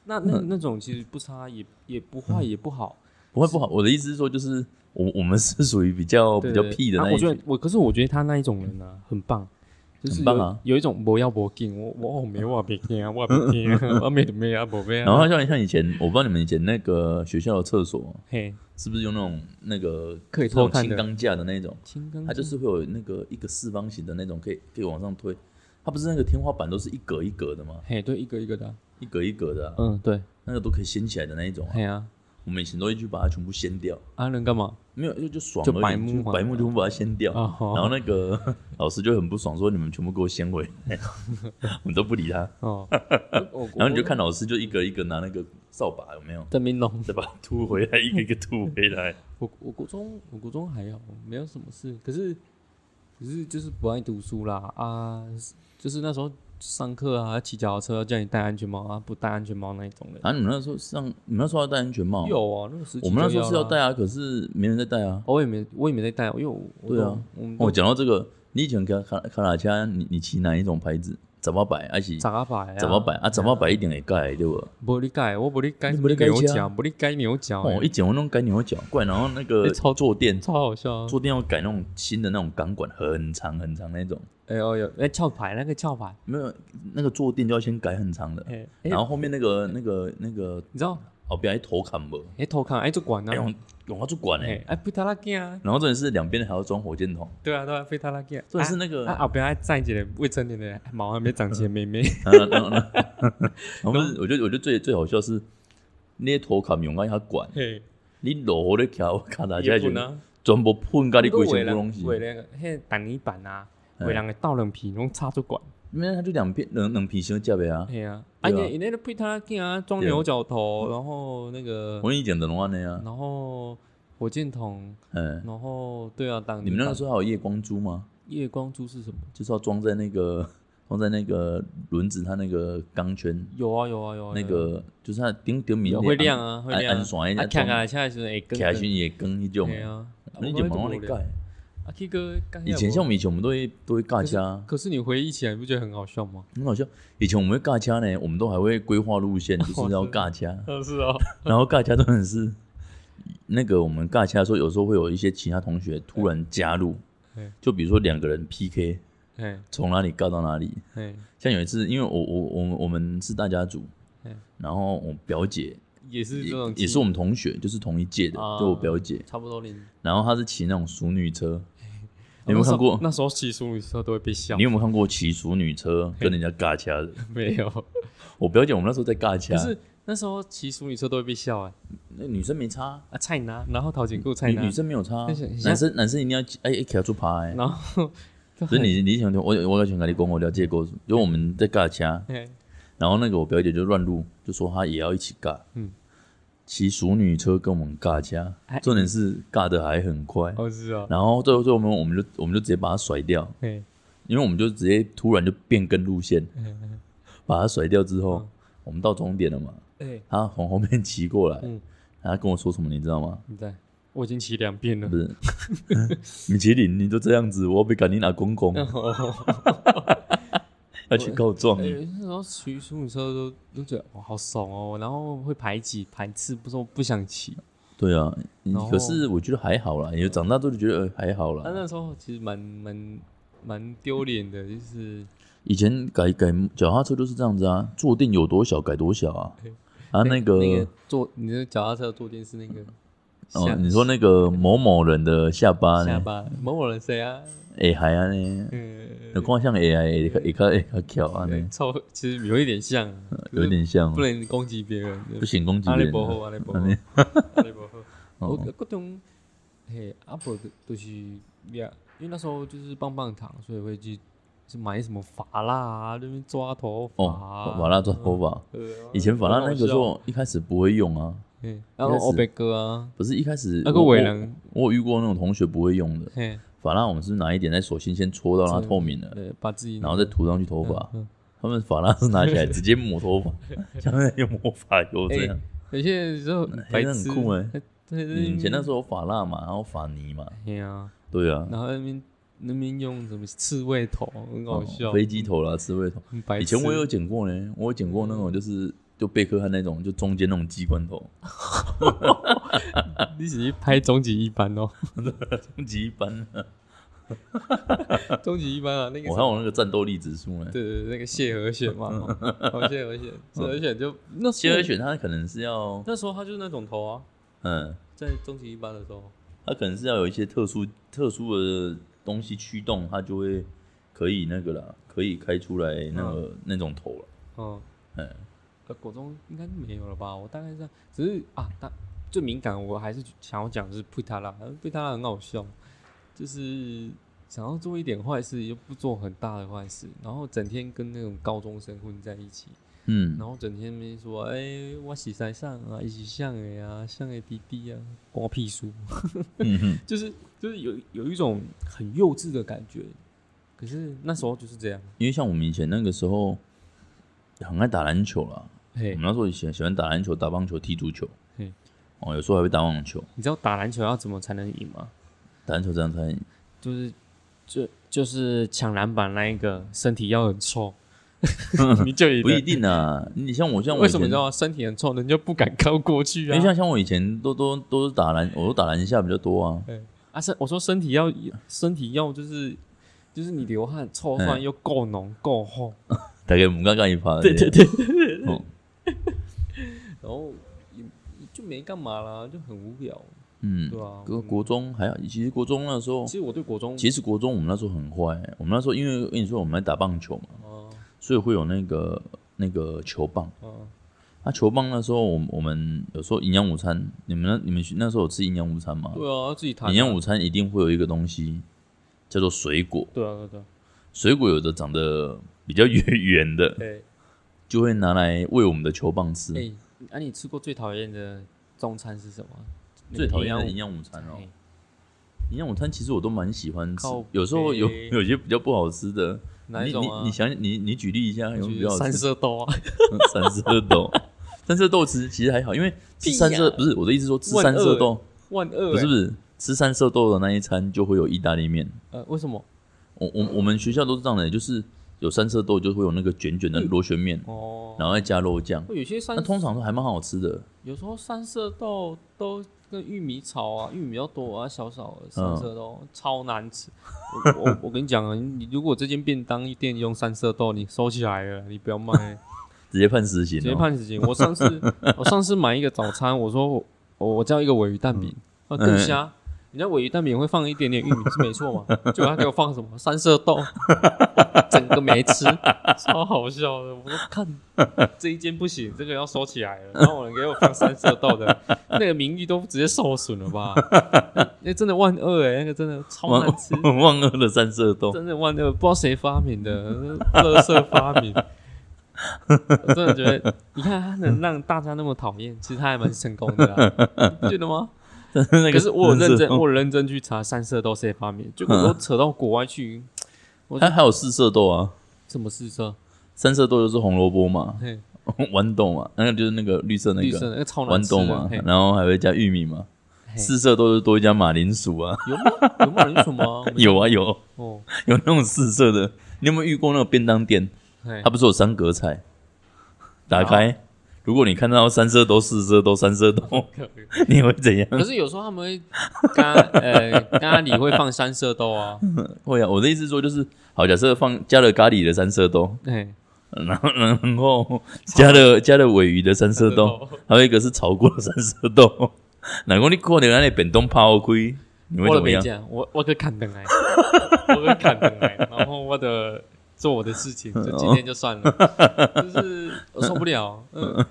[SPEAKER 2] 那那那种其实不差，也也不坏，也不好。
[SPEAKER 1] 不会不好。我的意思是说，就是我我们是属于比较
[SPEAKER 2] 对
[SPEAKER 1] 比较
[SPEAKER 2] 对
[SPEAKER 1] 屁的
[SPEAKER 2] 啊
[SPEAKER 1] 那一
[SPEAKER 2] 我觉
[SPEAKER 1] 群
[SPEAKER 2] 得，我，可是我觉得他那一种人啊，很棒，就是
[SPEAKER 1] 很
[SPEAKER 2] 有、
[SPEAKER 1] 棒啊
[SPEAKER 2] 有一种不要不劲，我我我哦没我别
[SPEAKER 1] [laughs]
[SPEAKER 2] 听啊，我别听啊，我没得没啊，不没啊。
[SPEAKER 1] 然后像像以前，我不知道你们以前那个学校的厕所
[SPEAKER 2] 嘿，
[SPEAKER 1] 是不是用那种那个
[SPEAKER 2] 可以
[SPEAKER 1] 那种
[SPEAKER 2] 偷看
[SPEAKER 1] 轻
[SPEAKER 2] 的，
[SPEAKER 1] 钢架的那种，
[SPEAKER 2] 青钢
[SPEAKER 1] 它就是会有那个一个四方形的那种，可以可以往上推。它不是那个天花板都是一格一格的吗？
[SPEAKER 2] 嘿，对，一个一个的啊，
[SPEAKER 1] 一格一格的啊、
[SPEAKER 2] 嗯，对，
[SPEAKER 1] 那个都可以掀起来的那一种啊。
[SPEAKER 2] 嘿啊，
[SPEAKER 1] 我们以前都会去把它全部掀掉，
[SPEAKER 2] 啊能干嘛？
[SPEAKER 1] 没有就就爽
[SPEAKER 2] 就
[SPEAKER 1] 而已
[SPEAKER 2] 白目嘛
[SPEAKER 1] 白哦目全部把它掀掉。
[SPEAKER 2] 啊，好
[SPEAKER 1] 然后那个 [laughs] 老师就很不爽，说你们全部给我掀回来， [laughs] 我们都不理他。 [laughs]
[SPEAKER 2] 哦，
[SPEAKER 1] 然后你就看老师就一个一个拿那个扫把，有没有？
[SPEAKER 2] 邓明龙，
[SPEAKER 1] 再把它吐回来，一个一个吐回来。
[SPEAKER 2] 我我国中我国中还好，没有什么事，可是可是就是不爱读书啦啊，就是那时候上课啊，骑脚踏车叫你戴安全帽啊，不戴安全帽那一种人。
[SPEAKER 1] [laughs] 啊，你们那时候上，你们那时候要戴安全帽？
[SPEAKER 2] 有啊，那个时期
[SPEAKER 1] 我们那时候
[SPEAKER 2] 就是
[SPEAKER 1] 要
[SPEAKER 2] 啦
[SPEAKER 1] 戴啊，可是没人在戴啊。
[SPEAKER 2] 哦我也没，我也没在戴，因为我我
[SPEAKER 1] 对啊
[SPEAKER 2] 都，我们
[SPEAKER 1] 哦，
[SPEAKER 2] 都
[SPEAKER 1] 讲到这个，你以前卡卡卡拉车，你你骑哪一种牌子？怎么摆？还是
[SPEAKER 2] 长阿摆啊，哦
[SPEAKER 1] 怎么摆啊？怎么摆一定会改对不？
[SPEAKER 2] 无你改，我无你改，
[SPEAKER 1] 你没你改
[SPEAKER 2] 牛
[SPEAKER 1] 车啊
[SPEAKER 2] 角，无你改牛角，
[SPEAKER 1] 哦，一剪我弄改牛角，怪，然后那
[SPEAKER 2] 哎
[SPEAKER 1] 个
[SPEAKER 2] 超
[SPEAKER 1] 坐垫
[SPEAKER 2] 超好笑啊！
[SPEAKER 1] 坐垫要改那种新的那种钢管，很长很长那种，
[SPEAKER 2] 哎呦呦，哎翘牌那个翘牌，
[SPEAKER 1] 没有那个坐垫就要先改很长的，
[SPEAKER 2] 哎哎
[SPEAKER 1] 然，后后面那个那个那个
[SPEAKER 2] 你知道？
[SPEAKER 1] 后边还头砍不，
[SPEAKER 2] 哎偷看哎就管
[SPEAKER 1] 还
[SPEAKER 2] 啊，
[SPEAKER 1] 用用它做管哎，
[SPEAKER 2] 哎哎不他拉见啊，
[SPEAKER 1] 然后重点是两边还要装火箭筒，
[SPEAKER 2] 对啊对啊，非他拉见，
[SPEAKER 1] 重点是
[SPEAKER 2] 啊
[SPEAKER 1] 那个，
[SPEAKER 2] 啊
[SPEAKER 1] 然
[SPEAKER 2] 后边还站一个未成年的毛还没长齐的妹妹，
[SPEAKER 1] 后然后然
[SPEAKER 2] 嗯
[SPEAKER 1] 后然后不是，我觉得我觉得最最好笑是那些头砍用到它管，
[SPEAKER 2] [laughs] 嘿，
[SPEAKER 1] 你落雨咧桥砍大家
[SPEAKER 2] 也
[SPEAKER 1] 啊就
[SPEAKER 2] 不呢，
[SPEAKER 1] 全部喷到你
[SPEAKER 2] 我
[SPEAKER 1] 规
[SPEAKER 2] 都为
[SPEAKER 1] 身躯
[SPEAKER 2] 了
[SPEAKER 1] 拢是，
[SPEAKER 2] 为了迄挡泥板啊，
[SPEAKER 1] 哎
[SPEAKER 2] 为人个倒冷皮拢插住管，
[SPEAKER 1] 因为它就两边两两片相接的啊，
[SPEAKER 2] 嘿啊，啊
[SPEAKER 1] 对啊
[SPEAKER 2] 你你那个配他见啊，装
[SPEAKER 1] 对
[SPEAKER 2] 牛角头，然后那个。
[SPEAKER 1] 我以前的拢安尼啊，
[SPEAKER 2] 然后火箭筒，
[SPEAKER 1] 嗯，
[SPEAKER 2] 然后对啊，挡
[SPEAKER 1] 你们那个
[SPEAKER 2] 时
[SPEAKER 1] 时候还有夜光珠吗？
[SPEAKER 2] 夜光珠是什么？
[SPEAKER 1] 就是要装在那个 [laughs] 装在那个轮子它那个钢圈，
[SPEAKER 2] 有啊有啊有啊，
[SPEAKER 1] 那
[SPEAKER 2] 有啊
[SPEAKER 1] 个就是它顶顶面
[SPEAKER 2] 有会亮啊会
[SPEAKER 1] 按
[SPEAKER 2] 亮
[SPEAKER 1] 按线
[SPEAKER 2] 啊，
[SPEAKER 1] 那
[SPEAKER 2] 看
[SPEAKER 1] 装，
[SPEAKER 2] 看现在是哎，
[SPEAKER 1] 起来时也更那种
[SPEAKER 2] 对
[SPEAKER 1] 的。
[SPEAKER 2] 啊，啊
[SPEAKER 1] 你以前忙
[SPEAKER 2] 我
[SPEAKER 1] 你
[SPEAKER 2] 们都没有
[SPEAKER 1] 盖，
[SPEAKER 2] 啊，K 哥干
[SPEAKER 1] 以前像我们以前我们都会都会啊尬掐，
[SPEAKER 2] 可是你回忆起来，你不觉得很好笑
[SPEAKER 1] [laughs]
[SPEAKER 2] 吗？
[SPEAKER 1] 很好笑。以前我们会尬掐呢，我们都还会规划路线，就是要尬掐。
[SPEAKER 2] 呃，哦是啊，
[SPEAKER 1] 然后尬掐真的是那个我们尬掐的时候，有时候会有一些其他同学突然加入
[SPEAKER 2] 嗯，
[SPEAKER 1] 就比如说两个人 PK，
[SPEAKER 2] 哎
[SPEAKER 1] 从哪里尬到哪里。
[SPEAKER 2] 哎，
[SPEAKER 1] 像有一次，因为我我我们我们是大家族
[SPEAKER 2] 嗯，
[SPEAKER 1] 然后我表姐
[SPEAKER 2] 也是
[SPEAKER 1] 也
[SPEAKER 2] 这种，
[SPEAKER 1] 也是我们同学，就是同一届的，
[SPEAKER 2] 啊
[SPEAKER 1] 就我表姐。
[SPEAKER 2] 差不多零。
[SPEAKER 1] 然后她是骑那种淑女车，你有没有看过？
[SPEAKER 2] 哦那时候骑淑女车都会被笑
[SPEAKER 1] 你，有没有看过骑淑女车跟人家尬掐的？
[SPEAKER 2] 没有？
[SPEAKER 1] 我表姐我们那时候在尬掐
[SPEAKER 2] 可，是那时候骑淑女车都会被笑哎
[SPEAKER 1] 那女生没差，
[SPEAKER 2] 啊，菜拿，然后陶景固菜
[SPEAKER 1] 女
[SPEAKER 2] 拿
[SPEAKER 1] 女，生没有差啊
[SPEAKER 2] 但是很，像
[SPEAKER 1] 男生男生一定要骑哎，卡住爬哎。
[SPEAKER 2] 然后
[SPEAKER 1] [laughs] 所以你你想听我我想跟你讲，我了解过，因为我们在尬掐，
[SPEAKER 2] 哎
[SPEAKER 1] 然后那个我表姐就乱入，就说她也要一起尬，
[SPEAKER 2] 嗯
[SPEAKER 1] 骑淑女车跟我们尬掐
[SPEAKER 2] 哎，
[SPEAKER 1] 重点是尬的还很快，
[SPEAKER 2] 哦是啊，
[SPEAKER 1] 然后最后最后我们我们就我们就直接把她甩掉，
[SPEAKER 2] 哎
[SPEAKER 1] 因为我们就直接突然就变更路线，把它甩掉之后，
[SPEAKER 2] 嗯
[SPEAKER 1] 我们到终点了嘛，
[SPEAKER 2] 哎，
[SPEAKER 1] 他从后面骑过来，
[SPEAKER 2] 嗯
[SPEAKER 1] 他跟我说什么，你知道吗？
[SPEAKER 2] 你在，我已经骑两遍
[SPEAKER 1] [laughs]
[SPEAKER 2] 了
[SPEAKER 1] 不。是米其林，你都这样子，我被赶紧拿公
[SPEAKER 2] 嗯
[SPEAKER 1] 公要去告状
[SPEAKER 2] 哎、，那时候骑淑女车都都觉得哇好爽哦，然后会排挤排斥，不说不想骑。
[SPEAKER 1] 对啊，你
[SPEAKER 2] 然后
[SPEAKER 1] 可是我觉得还好啦，也长大之后就觉得呃还好
[SPEAKER 2] 但
[SPEAKER 1] 啦。
[SPEAKER 2] 那时候其实蛮蛮蛮丢脸的，就是
[SPEAKER 1] 以前改改脚踏车就是这样子啊，坐垫有多小改多小啊，啊那
[SPEAKER 2] 那
[SPEAKER 1] 个
[SPEAKER 2] 个坐你的脚踏车的坐垫是那个
[SPEAKER 1] 哦
[SPEAKER 2] 下，
[SPEAKER 1] 你说那个某某人的下巴
[SPEAKER 2] 下
[SPEAKER 1] 呢？
[SPEAKER 2] 巴某某人谁啊？
[SPEAKER 1] 哎还啊呢？
[SPEAKER 2] 嗯，
[SPEAKER 1] 有光像 AI，也也较也较巧啊呢，
[SPEAKER 2] 超呃其实有一点像，
[SPEAKER 1] 有点像
[SPEAKER 2] 不，能攻击别人，
[SPEAKER 1] 不行攻击
[SPEAKER 2] 阿
[SPEAKER 1] 别
[SPEAKER 2] 里
[SPEAKER 1] 人
[SPEAKER 2] 伯
[SPEAKER 1] 啊。
[SPEAKER 2] 好，阿里伯
[SPEAKER 1] 安
[SPEAKER 2] 好
[SPEAKER 1] 尼，
[SPEAKER 2] [laughs] 阿里伯好。我
[SPEAKER 1] [laughs] 哦
[SPEAKER 2] 各种嘿，阿伯就是呀，因为那时候就是棒棒糖，所以会去去买什么法拉啊，那边抓头发
[SPEAKER 1] 哦
[SPEAKER 2] 啊，，
[SPEAKER 1] 法拉抓头发，
[SPEAKER 2] 对啊
[SPEAKER 1] 以前法拉那个时，
[SPEAKER 2] 很好
[SPEAKER 1] 候一开始不会用啊，
[SPEAKER 2] 笑嘿然
[SPEAKER 1] 一
[SPEAKER 2] 后
[SPEAKER 1] 开始
[SPEAKER 2] 欧贝哥啊，
[SPEAKER 1] 不是一开始
[SPEAKER 2] 那个
[SPEAKER 1] 我哦
[SPEAKER 2] 伟
[SPEAKER 1] 我
[SPEAKER 2] 人，
[SPEAKER 1] 我有遇过那种同学不会用的
[SPEAKER 2] 嘿，
[SPEAKER 1] 法拉，我们是拿一点在手心先搓到它透明了，
[SPEAKER 2] 对，把自己
[SPEAKER 1] 然后再涂上去头发。
[SPEAKER 2] 嗯嗯
[SPEAKER 1] 他们法拉是拿起来直接抹头
[SPEAKER 2] [laughs]
[SPEAKER 1] 发，像在用魔法油这样。
[SPEAKER 2] 哎有些人就哎白
[SPEAKER 1] 那很
[SPEAKER 2] 痴，
[SPEAKER 1] 酷欸
[SPEAKER 2] 嘿对，对
[SPEAKER 1] 以前那时候有法拉嘛，然后法泥嘛，
[SPEAKER 2] 嘿啊，
[SPEAKER 1] 对啊，
[SPEAKER 2] 然后那边那边用什么刺猬头，很好笑，
[SPEAKER 1] 哦飞机头啦，刺猬头。
[SPEAKER 2] 很白痴。嗯
[SPEAKER 1] 以前我有剪过呢，我有剪过那种就是就贝克汉那种，就中间那种机关头，
[SPEAKER 2] [laughs]
[SPEAKER 1] [laughs]
[SPEAKER 2] 你只是拍终极一班哦，
[SPEAKER 1] 终极一班啊。
[SPEAKER 2] 终极一班啊，那个
[SPEAKER 1] 我还
[SPEAKER 2] 什么
[SPEAKER 1] 有那个战斗力指数呢。
[SPEAKER 2] 对对，对那个谢和弦嘛，哦，谢和弦，谢和弦就那
[SPEAKER 1] 嗯
[SPEAKER 2] 时
[SPEAKER 1] 谢
[SPEAKER 2] 候
[SPEAKER 1] 尔选他可能是要，
[SPEAKER 2] 那时候他就是那种头啊，
[SPEAKER 1] 嗯，
[SPEAKER 2] 在终极一班的时候，
[SPEAKER 1] 他可能是要有一些特殊特殊的东西驱动，他就会可以那个啦，可以开出来那个、那种头了。
[SPEAKER 2] 嗯，
[SPEAKER 1] 嗯，
[SPEAKER 2] 呃，国中应该没有了吧？我大概是这样，只是啊，但最敏感我还是想要讲的是贝塔拉，贝塔拉很好笑，就是想要做一点坏事，又不做很大的坏事，然后整天跟那种高中生混在一起，
[SPEAKER 1] 嗯，
[SPEAKER 2] 然后整天没说，哎、我洗晒上啊，一起像哎啊，像哎弟弟啊，光屁书，
[SPEAKER 1] 嗯哼，
[SPEAKER 2] [laughs] 就是就是有有一种很幼稚的感觉。可是那时候就是这样，
[SPEAKER 1] 因为像我们以前那个时候很爱打篮球啦，我
[SPEAKER 2] 嘿
[SPEAKER 1] 们，那时候以前喜欢打篮球、打棒球、踢足球
[SPEAKER 2] 嗯，
[SPEAKER 1] 哦，有时候还会打网球。
[SPEAKER 2] 你知道打篮球要怎么才能赢吗？
[SPEAKER 1] 打篮球这样才赢，
[SPEAKER 2] 就是就就是抢篮板那一个，身体要很臭， [laughs] 你就赢
[SPEAKER 1] 嗯不一
[SPEAKER 2] 了。
[SPEAKER 1] 定啊。你像我，像我
[SPEAKER 2] 为
[SPEAKER 1] 以
[SPEAKER 2] 什么
[SPEAKER 1] 前
[SPEAKER 2] 你知道吗身体很臭，人就不敢靠过去
[SPEAKER 1] 因为
[SPEAKER 2] 啊？
[SPEAKER 1] 像像我以前都都都是打篮，我都打篮下比较多啊。
[SPEAKER 2] 啊，身我说身体要身体要就是就是你流汗臭
[SPEAKER 1] 嗯
[SPEAKER 2] 汗又够浓够厚，
[SPEAKER 1] 大概我们刚刚一发，对对对，哦，
[SPEAKER 2] 然后也就没干嘛啦，就很无聊，
[SPEAKER 1] 嗯，
[SPEAKER 2] 对啊。
[SPEAKER 1] 国国中还好，其实国中那时候
[SPEAKER 2] 其，实我对国中
[SPEAKER 1] 其实国中我们那时候很坏、我们那时候因为我跟你说我们来打棒球嘛，
[SPEAKER 2] 哦
[SPEAKER 1] 所以会有那个那个球棒。
[SPEAKER 2] 哦
[SPEAKER 1] 啊，球棒那时候我们我们有时候营养午餐，你们那你们那时候有吃营养午餐吗？
[SPEAKER 2] 对啊，自己弹啊
[SPEAKER 1] 营养午餐一定会有一个东西叫做水果，
[SPEAKER 2] 对啊对啊对啊，
[SPEAKER 1] 水果有的长得比较 [laughs] 圆圆的，
[SPEAKER 2] 哎
[SPEAKER 1] 就会拿来喂我们的球棒吃。
[SPEAKER 2] 哎，啊，你吃过最讨厌的中餐是什么？
[SPEAKER 1] 最讨厌的营
[SPEAKER 2] 养
[SPEAKER 1] 养午餐哦
[SPEAKER 2] 哎，
[SPEAKER 1] 营养午餐其实我都蛮喜欢吃
[SPEAKER 2] 靠，
[SPEAKER 1] 有时候
[SPEAKER 2] 北
[SPEAKER 1] 有有些比较不好吃的，
[SPEAKER 2] 哪一
[SPEAKER 1] 你
[SPEAKER 2] 种啊？
[SPEAKER 1] 你你想你你举例一下，有没有比较好吃
[SPEAKER 2] 三色豆啊， [laughs]
[SPEAKER 1] 三色豆，三色豆吃其实还好，因为吃三色
[SPEAKER 2] 屁呀
[SPEAKER 1] 不是我的意思说吃
[SPEAKER 2] 万
[SPEAKER 1] 三色
[SPEAKER 2] 恶
[SPEAKER 1] 豆
[SPEAKER 2] 万恶、
[SPEAKER 1] 不
[SPEAKER 2] 欸，
[SPEAKER 1] 是不是吃三色豆的那一餐就会有意大利面。
[SPEAKER 2] 呃，为什么？
[SPEAKER 1] 我我我们学校都是这样的，就是有三色豆就会有那个卷卷的
[SPEAKER 2] 嗯
[SPEAKER 1] 螺旋面，
[SPEAKER 2] 哦，
[SPEAKER 1] 然后再加肉酱，
[SPEAKER 2] 会有些三
[SPEAKER 1] 那，通常都还蛮好吃的。
[SPEAKER 2] 有时候三色豆都跟玉米炒啊，玉米比较多啊，小小的三色豆、
[SPEAKER 1] 嗯
[SPEAKER 2] 超难吃。我我我跟你讲啊，你如果这间便当店用三色豆，你收起来了，你不要卖、
[SPEAKER 1] 直接判死刑
[SPEAKER 2] 直接
[SPEAKER 1] 哦，
[SPEAKER 2] 判死刑。我上次我上次买一个早餐，我说我我叫一个尾鱼蛋饼，啊更瞎。人家尾鱼蛋饼会放一点点玉米是没错嘛，结果他给我放什么三色豆，我整个没吃，超好笑的。我说看这一间不行，这个要收起来了。然后有人给我放三色豆的，那个名誉都直接受损了吧？那真的万恶哎、那个真的超难吃。
[SPEAKER 1] [laughs] 万万恶的三色豆。
[SPEAKER 2] [laughs] 真的万恶，不知道谁发明的， [laughs] 乐色发明。我真的觉得，你看它能让大家那么讨厌，其实它还蛮成功的、啊， [laughs] 你不觉得吗？
[SPEAKER 1] 那
[SPEAKER 2] 可
[SPEAKER 1] 个哦
[SPEAKER 2] 是我有
[SPEAKER 1] 三
[SPEAKER 2] 认
[SPEAKER 1] 色
[SPEAKER 2] 真，
[SPEAKER 1] 豆
[SPEAKER 2] 我有认真去查三色豆谁发明，结果我扯到国外去，
[SPEAKER 1] 它还有四色豆啊，
[SPEAKER 2] 什么四色？
[SPEAKER 1] 三色豆就是红萝卜嘛，
[SPEAKER 2] 嘿，
[SPEAKER 1] 豌豆嘛，那个就是那个绿色那
[SPEAKER 2] 绿色
[SPEAKER 1] 个
[SPEAKER 2] 的那个超难
[SPEAKER 1] 豌
[SPEAKER 2] 吃
[SPEAKER 1] 豆
[SPEAKER 2] 的
[SPEAKER 1] 嘛
[SPEAKER 2] 嘿，
[SPEAKER 1] 然后还会加玉米嘛，
[SPEAKER 2] 嘿
[SPEAKER 1] 四色豆就多一加马铃薯
[SPEAKER 2] [laughs]
[SPEAKER 1] 啊，
[SPEAKER 2] 有吗？有吗？有什么？
[SPEAKER 1] [laughs] 有啊有
[SPEAKER 2] 哦，
[SPEAKER 1] 有那种四色的，你有没有遇过那个便当
[SPEAKER 2] 嗯
[SPEAKER 1] 店？
[SPEAKER 2] 嘿
[SPEAKER 1] 它不是有三格菜？打
[SPEAKER 2] 啊
[SPEAKER 1] 开，如果你看到三色豆、四色豆、三色豆， [laughs] 你会怎样？
[SPEAKER 2] 可是有时候他们会咖呃咖喱会放三色豆啊，
[SPEAKER 1] 会啊，我的意思说就是，好，假设放加了咖喱的三色豆， [laughs]
[SPEAKER 2] 嘿，
[SPEAKER 1] 然后然后加了加了尾鱼的三色豆，还有一个是炒过的三色豆。 [laughs] 哪公你过年那里本东泡亏，你会
[SPEAKER 2] 我
[SPEAKER 1] 怎
[SPEAKER 2] 的
[SPEAKER 1] 么
[SPEAKER 2] 没
[SPEAKER 1] 样？
[SPEAKER 2] 讲，我我给砍灯来，我给砍灯来，然后我的做我的事情，就今天就算了，
[SPEAKER 1] [laughs]
[SPEAKER 2] 就是我受不了，嗯，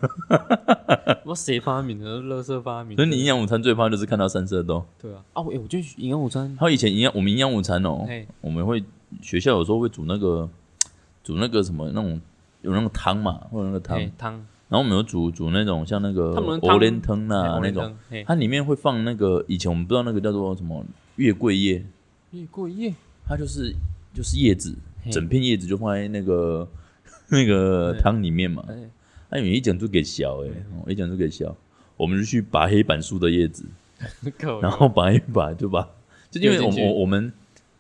[SPEAKER 2] 我谁发明的？垃圾发明的？
[SPEAKER 1] 所以你营养午餐最怕就是看到三色豆。
[SPEAKER 2] 对啊，啊，我哎我觉得营养午餐，
[SPEAKER 1] 还有以前营养，我们营养午餐哦，
[SPEAKER 2] 哎，
[SPEAKER 1] 我们会学校有时候会煮那个煮那个什么那种有那种汤嘛，或者那个汤，
[SPEAKER 2] 嘿汤，
[SPEAKER 1] 然后我们有煮煮那种像那个
[SPEAKER 2] 他们
[SPEAKER 1] 藕
[SPEAKER 2] 的汤
[SPEAKER 1] 莲汤啊
[SPEAKER 2] 嘿
[SPEAKER 1] 那，
[SPEAKER 2] 藕莲
[SPEAKER 1] 种，
[SPEAKER 2] 汤嘿，
[SPEAKER 1] 它里面会放那个以前我们不知道那个叫做什么月桂叶，
[SPEAKER 2] 越过夜， [laughs]
[SPEAKER 1] 它就是就是叶子，
[SPEAKER 2] 嘿
[SPEAKER 1] 整片叶子就放在那个 [laughs] 那个
[SPEAKER 2] 对
[SPEAKER 1] 汤里面嘛。
[SPEAKER 2] 哎，
[SPEAKER 1] 哎，你一整株给削哎，哦一整株给削，我们就去拔黑板树的叶子，
[SPEAKER 2] 够
[SPEAKER 1] 然
[SPEAKER 2] 了，
[SPEAKER 1] 后拔一拔就把，就因为我
[SPEAKER 2] 丢进去
[SPEAKER 1] 们我我们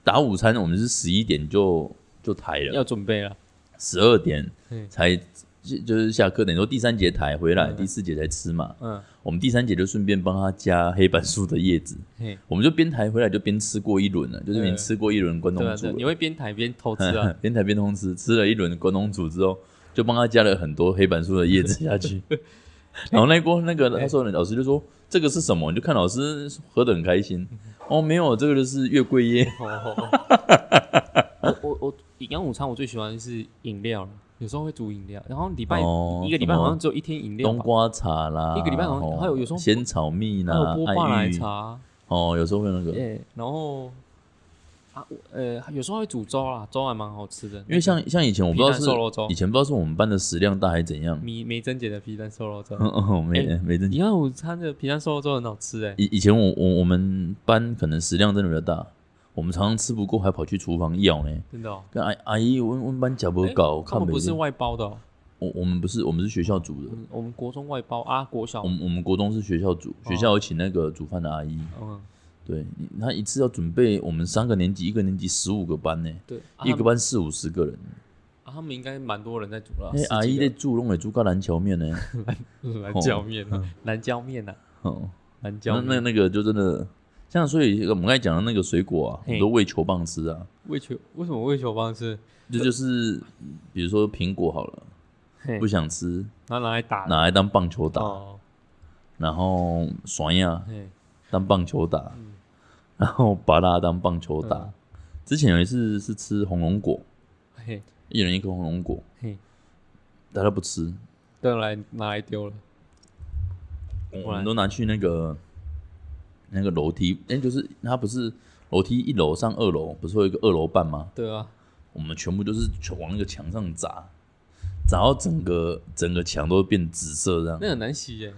[SPEAKER 1] 打午餐，我们是十一点就就抬了，
[SPEAKER 2] 要准备了，
[SPEAKER 1] 十二点
[SPEAKER 2] 嗯
[SPEAKER 1] 才就就是下课，等于说第三节抬回来，
[SPEAKER 2] 嗯
[SPEAKER 1] 第四节才吃嘛。
[SPEAKER 2] 嗯，
[SPEAKER 1] 我们第三节就顺便帮他加黑板树的叶子，
[SPEAKER 2] 嘿，
[SPEAKER 1] 我们就边抬回来就边吃过一轮了，就是你
[SPEAKER 2] 嗯
[SPEAKER 1] 吃过一轮关东
[SPEAKER 2] 对啊，
[SPEAKER 1] 煮
[SPEAKER 2] 对啊
[SPEAKER 1] 了，
[SPEAKER 2] 你会边抬边偷吃
[SPEAKER 1] 嗯
[SPEAKER 2] 啊，
[SPEAKER 1] [laughs] 边抬边通吃，吃了一轮关东煮之后，就帮他加了很多黑板树的叶子下
[SPEAKER 2] [laughs]
[SPEAKER 1] 去。
[SPEAKER 2] 哎
[SPEAKER 1] 然后那锅那个那时候老师就说：“这个是什么？”你就看老师喝得很开心。
[SPEAKER 2] 嗯
[SPEAKER 1] 哦，没有，这个就是月桂叶。 [laughs]
[SPEAKER 2] 哦，我我营养午餐我最喜欢的是饮料了，有时候会煮饮料，然后礼拜、
[SPEAKER 1] 哦
[SPEAKER 2] 一个礼拜
[SPEAKER 1] 什么
[SPEAKER 2] 好像只有一天饮料
[SPEAKER 1] 冬
[SPEAKER 2] 吧，
[SPEAKER 1] 瓜茶啦，
[SPEAKER 2] 一个礼拜好像
[SPEAKER 1] 哦
[SPEAKER 2] 还有有时候
[SPEAKER 1] 鲜草蜜
[SPEAKER 2] 还有
[SPEAKER 1] 啦，
[SPEAKER 2] 波霸
[SPEAKER 1] 爱
[SPEAKER 2] 奶
[SPEAKER 1] 哎玉
[SPEAKER 2] 茶，
[SPEAKER 1] 哦，有时候会有那个，
[SPEAKER 2] 耶、哎然后啊我呃有时候会煮粥啦，粥还蛮好吃的，
[SPEAKER 1] 因为像像以前我不知道
[SPEAKER 2] 皮
[SPEAKER 1] 是
[SPEAKER 2] 蛋瘦肉粥
[SPEAKER 1] 以前不知道是我们班的食量大还是怎样，
[SPEAKER 2] 米梅珍姐的皮蛋瘦
[SPEAKER 1] [laughs]
[SPEAKER 2] 肉粥，
[SPEAKER 1] 嗯嗯，没没真
[SPEAKER 2] 营养午餐的皮蛋瘦肉粥很好吃哎、
[SPEAKER 1] 以以前我我我们班可能食量真的比较大，我们常常吃不够还跑去厨房要呢。
[SPEAKER 2] 真的哦，
[SPEAKER 1] 跟阿阿姨，我们我们班脚不搞，我
[SPEAKER 2] 他
[SPEAKER 1] 看
[SPEAKER 2] 们不
[SPEAKER 1] 没
[SPEAKER 2] 是
[SPEAKER 1] 见
[SPEAKER 2] 外包的、哦，
[SPEAKER 1] 我我们不是我们是学校煮的
[SPEAKER 2] 我，们我们国中外包啊，国小
[SPEAKER 1] 我，们我们国中是学校煮，学
[SPEAKER 2] 哦
[SPEAKER 1] 校有请那个煮饭的阿姨，
[SPEAKER 2] 嗯，
[SPEAKER 1] 对，你她一次要准备我们三个年级，一个年级十五个班呢，
[SPEAKER 2] 对，啊、
[SPEAKER 1] 一
[SPEAKER 2] 他
[SPEAKER 1] 个
[SPEAKER 2] 们
[SPEAKER 1] 班四五十个人，
[SPEAKER 2] 啊他们应该蛮多人在煮了，
[SPEAKER 1] 哎
[SPEAKER 2] 十，几
[SPEAKER 1] 阿姨
[SPEAKER 2] 个
[SPEAKER 1] 在煮弄诶，煮个蓝桥
[SPEAKER 2] [laughs]
[SPEAKER 1] 面呢，
[SPEAKER 2] 蓝
[SPEAKER 1] 哦
[SPEAKER 2] 椒面啊，蓝椒面呐、啊，
[SPEAKER 1] 哦，
[SPEAKER 2] 蓝椒
[SPEAKER 1] 那那
[SPEAKER 2] 面。
[SPEAKER 1] 那个就真的。像所以我们刚才讲的那个水果啊，
[SPEAKER 2] 嘿
[SPEAKER 1] 很多喂球棒吃啊，
[SPEAKER 2] 为求为什么为求方式？
[SPEAKER 1] 这就是比如说苹果好了，
[SPEAKER 2] 呃嘿
[SPEAKER 1] 不想吃，
[SPEAKER 2] 拿拿来打
[SPEAKER 1] 拿来当棒球打，
[SPEAKER 2] 哦，
[SPEAKER 1] 然后爽呀
[SPEAKER 2] 嘿，
[SPEAKER 1] 当棒球打，然后把它当棒球打。
[SPEAKER 2] 嗯
[SPEAKER 1] 之前有一次是吃红龙果，
[SPEAKER 2] 嘿，
[SPEAKER 1] 一人一颗红龙果，
[SPEAKER 2] 嘿，
[SPEAKER 1] 大家不吃，
[SPEAKER 2] 当然拿来丢了，
[SPEAKER 1] 我们都拿去那个那个楼梯，哎、就是它不是楼梯一楼上二楼，不是会有一个二楼半吗？
[SPEAKER 2] 对啊，
[SPEAKER 1] 我们全部就是往那个墙上砸，砸到整个整个墙都变紫色这样。
[SPEAKER 2] 那很难洗耶。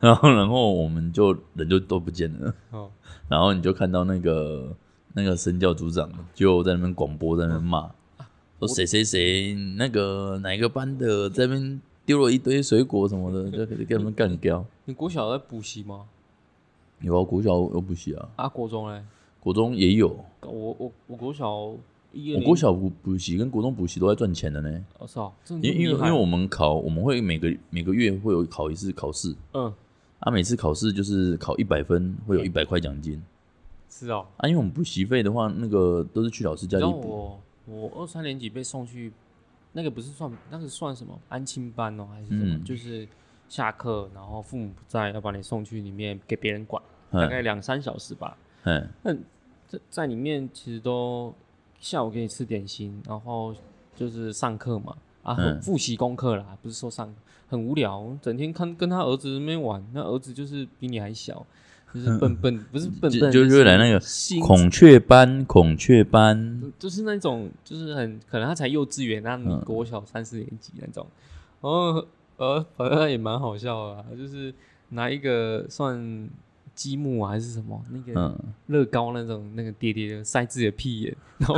[SPEAKER 1] [laughs] 然后然后我们就人就都不见了，
[SPEAKER 2] 哦，
[SPEAKER 1] 然后你就看到那个那个神教组长就在那边广播，在那边骂，
[SPEAKER 2] 哦
[SPEAKER 1] 说谁谁谁那个哪一个班的在那边丢了一堆水果什么
[SPEAKER 2] [laughs]
[SPEAKER 1] 的，就给他们干掉。
[SPEAKER 2] 你国小在补习吗？
[SPEAKER 1] 有啊，国小有补习啊，
[SPEAKER 2] 啊，国中嘞？
[SPEAKER 1] 国中也有，
[SPEAKER 2] 我我我国小一二
[SPEAKER 1] 我
[SPEAKER 2] 年，
[SPEAKER 1] 国小补补习跟国中补习都在赚钱的呢，
[SPEAKER 2] 哦是哦，真的
[SPEAKER 1] 因为因为
[SPEAKER 2] 厉
[SPEAKER 1] 因
[SPEAKER 2] 害
[SPEAKER 1] 为我们考我们会每个每个月会有考一次考试
[SPEAKER 2] 嗯
[SPEAKER 1] 啊，每次考试就是考一百分会有一百块奖金。
[SPEAKER 2] 是哦，
[SPEAKER 1] 啊，因为我们补习费的话，那个都是去老师家
[SPEAKER 2] 你
[SPEAKER 1] 里
[SPEAKER 2] 知道
[SPEAKER 1] 补。
[SPEAKER 2] 我我二三年级被送去，那个不是算那个算什么安亲班哦还是什么？
[SPEAKER 1] 嗯
[SPEAKER 2] 就是下课然后父母不在，要把你送去里面给别人管，大
[SPEAKER 1] 嗯
[SPEAKER 2] 概两三小时吧。
[SPEAKER 1] 嗯，
[SPEAKER 2] 在在里面其实都下午给你吃点心，然后就是上课嘛，啊，很
[SPEAKER 1] 嗯
[SPEAKER 2] 复习功课啦，不是说上很无聊，整天看跟他儿子那边玩，那儿子就是比你还小，就是笨笨，不是笨
[SPEAKER 1] 嗯就
[SPEAKER 2] 笨，
[SPEAKER 1] 就是是来那个
[SPEAKER 2] 心
[SPEAKER 1] 孔雀班，孔雀班，
[SPEAKER 2] 就是那种就是很可能他才幼稚园，那你
[SPEAKER 1] 嗯
[SPEAKER 2] 国小三四年级那种，然后呃，反正也蛮好笑的、啊，就是拿一个算积木啊还是什么那个。
[SPEAKER 1] 嗯，
[SPEAKER 2] 乐高那种那个爹爹就塞自己的屁眼，然后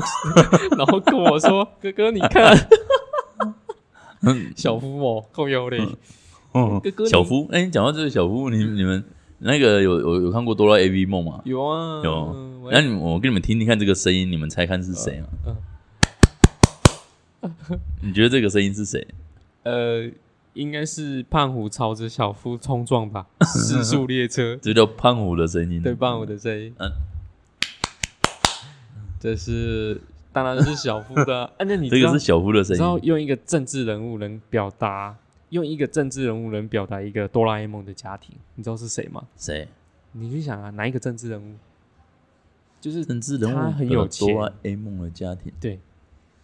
[SPEAKER 2] 然后跟我说：“哥哥，你看，小夫哦，够有嘞，
[SPEAKER 1] 哦
[SPEAKER 2] 哥哥
[SPEAKER 1] 嗯
[SPEAKER 2] 你嗯
[SPEAKER 1] 小夫，哎、你讲到这个小夫，你你们那个有有有看过哆啦 A V 梦吗？
[SPEAKER 2] 有啊，
[SPEAKER 1] 有
[SPEAKER 2] 我
[SPEAKER 1] 那你们我给你们听听看这个声音，你们猜看是谁吗？
[SPEAKER 2] 嗯
[SPEAKER 1] [laughs] 你觉得这个声音是谁？
[SPEAKER 2] 呃，应该是胖虎朝着小夫冲撞
[SPEAKER 1] [laughs]
[SPEAKER 2] 吧，时速列车
[SPEAKER 1] 这叫胖虎的声音，
[SPEAKER 2] 对胖虎的声音。
[SPEAKER 1] 嗯
[SPEAKER 2] 这是当然是小夫
[SPEAKER 1] [laughs]
[SPEAKER 2] 的啊。啊那你
[SPEAKER 1] 这
[SPEAKER 2] 知
[SPEAKER 1] 个
[SPEAKER 2] 道
[SPEAKER 1] 是小夫的声
[SPEAKER 2] 你知道
[SPEAKER 1] 音。
[SPEAKER 2] 用一个政治人物能表达，用一个政治人物能表达一个哆啦 A 梦的家庭，你知道是谁吗？
[SPEAKER 1] 谁？
[SPEAKER 2] 你去想啊，哪一个政治人物？就是
[SPEAKER 1] 政治人物
[SPEAKER 2] 他很有钱
[SPEAKER 1] 哆啦 A 梦的家庭，
[SPEAKER 2] 对，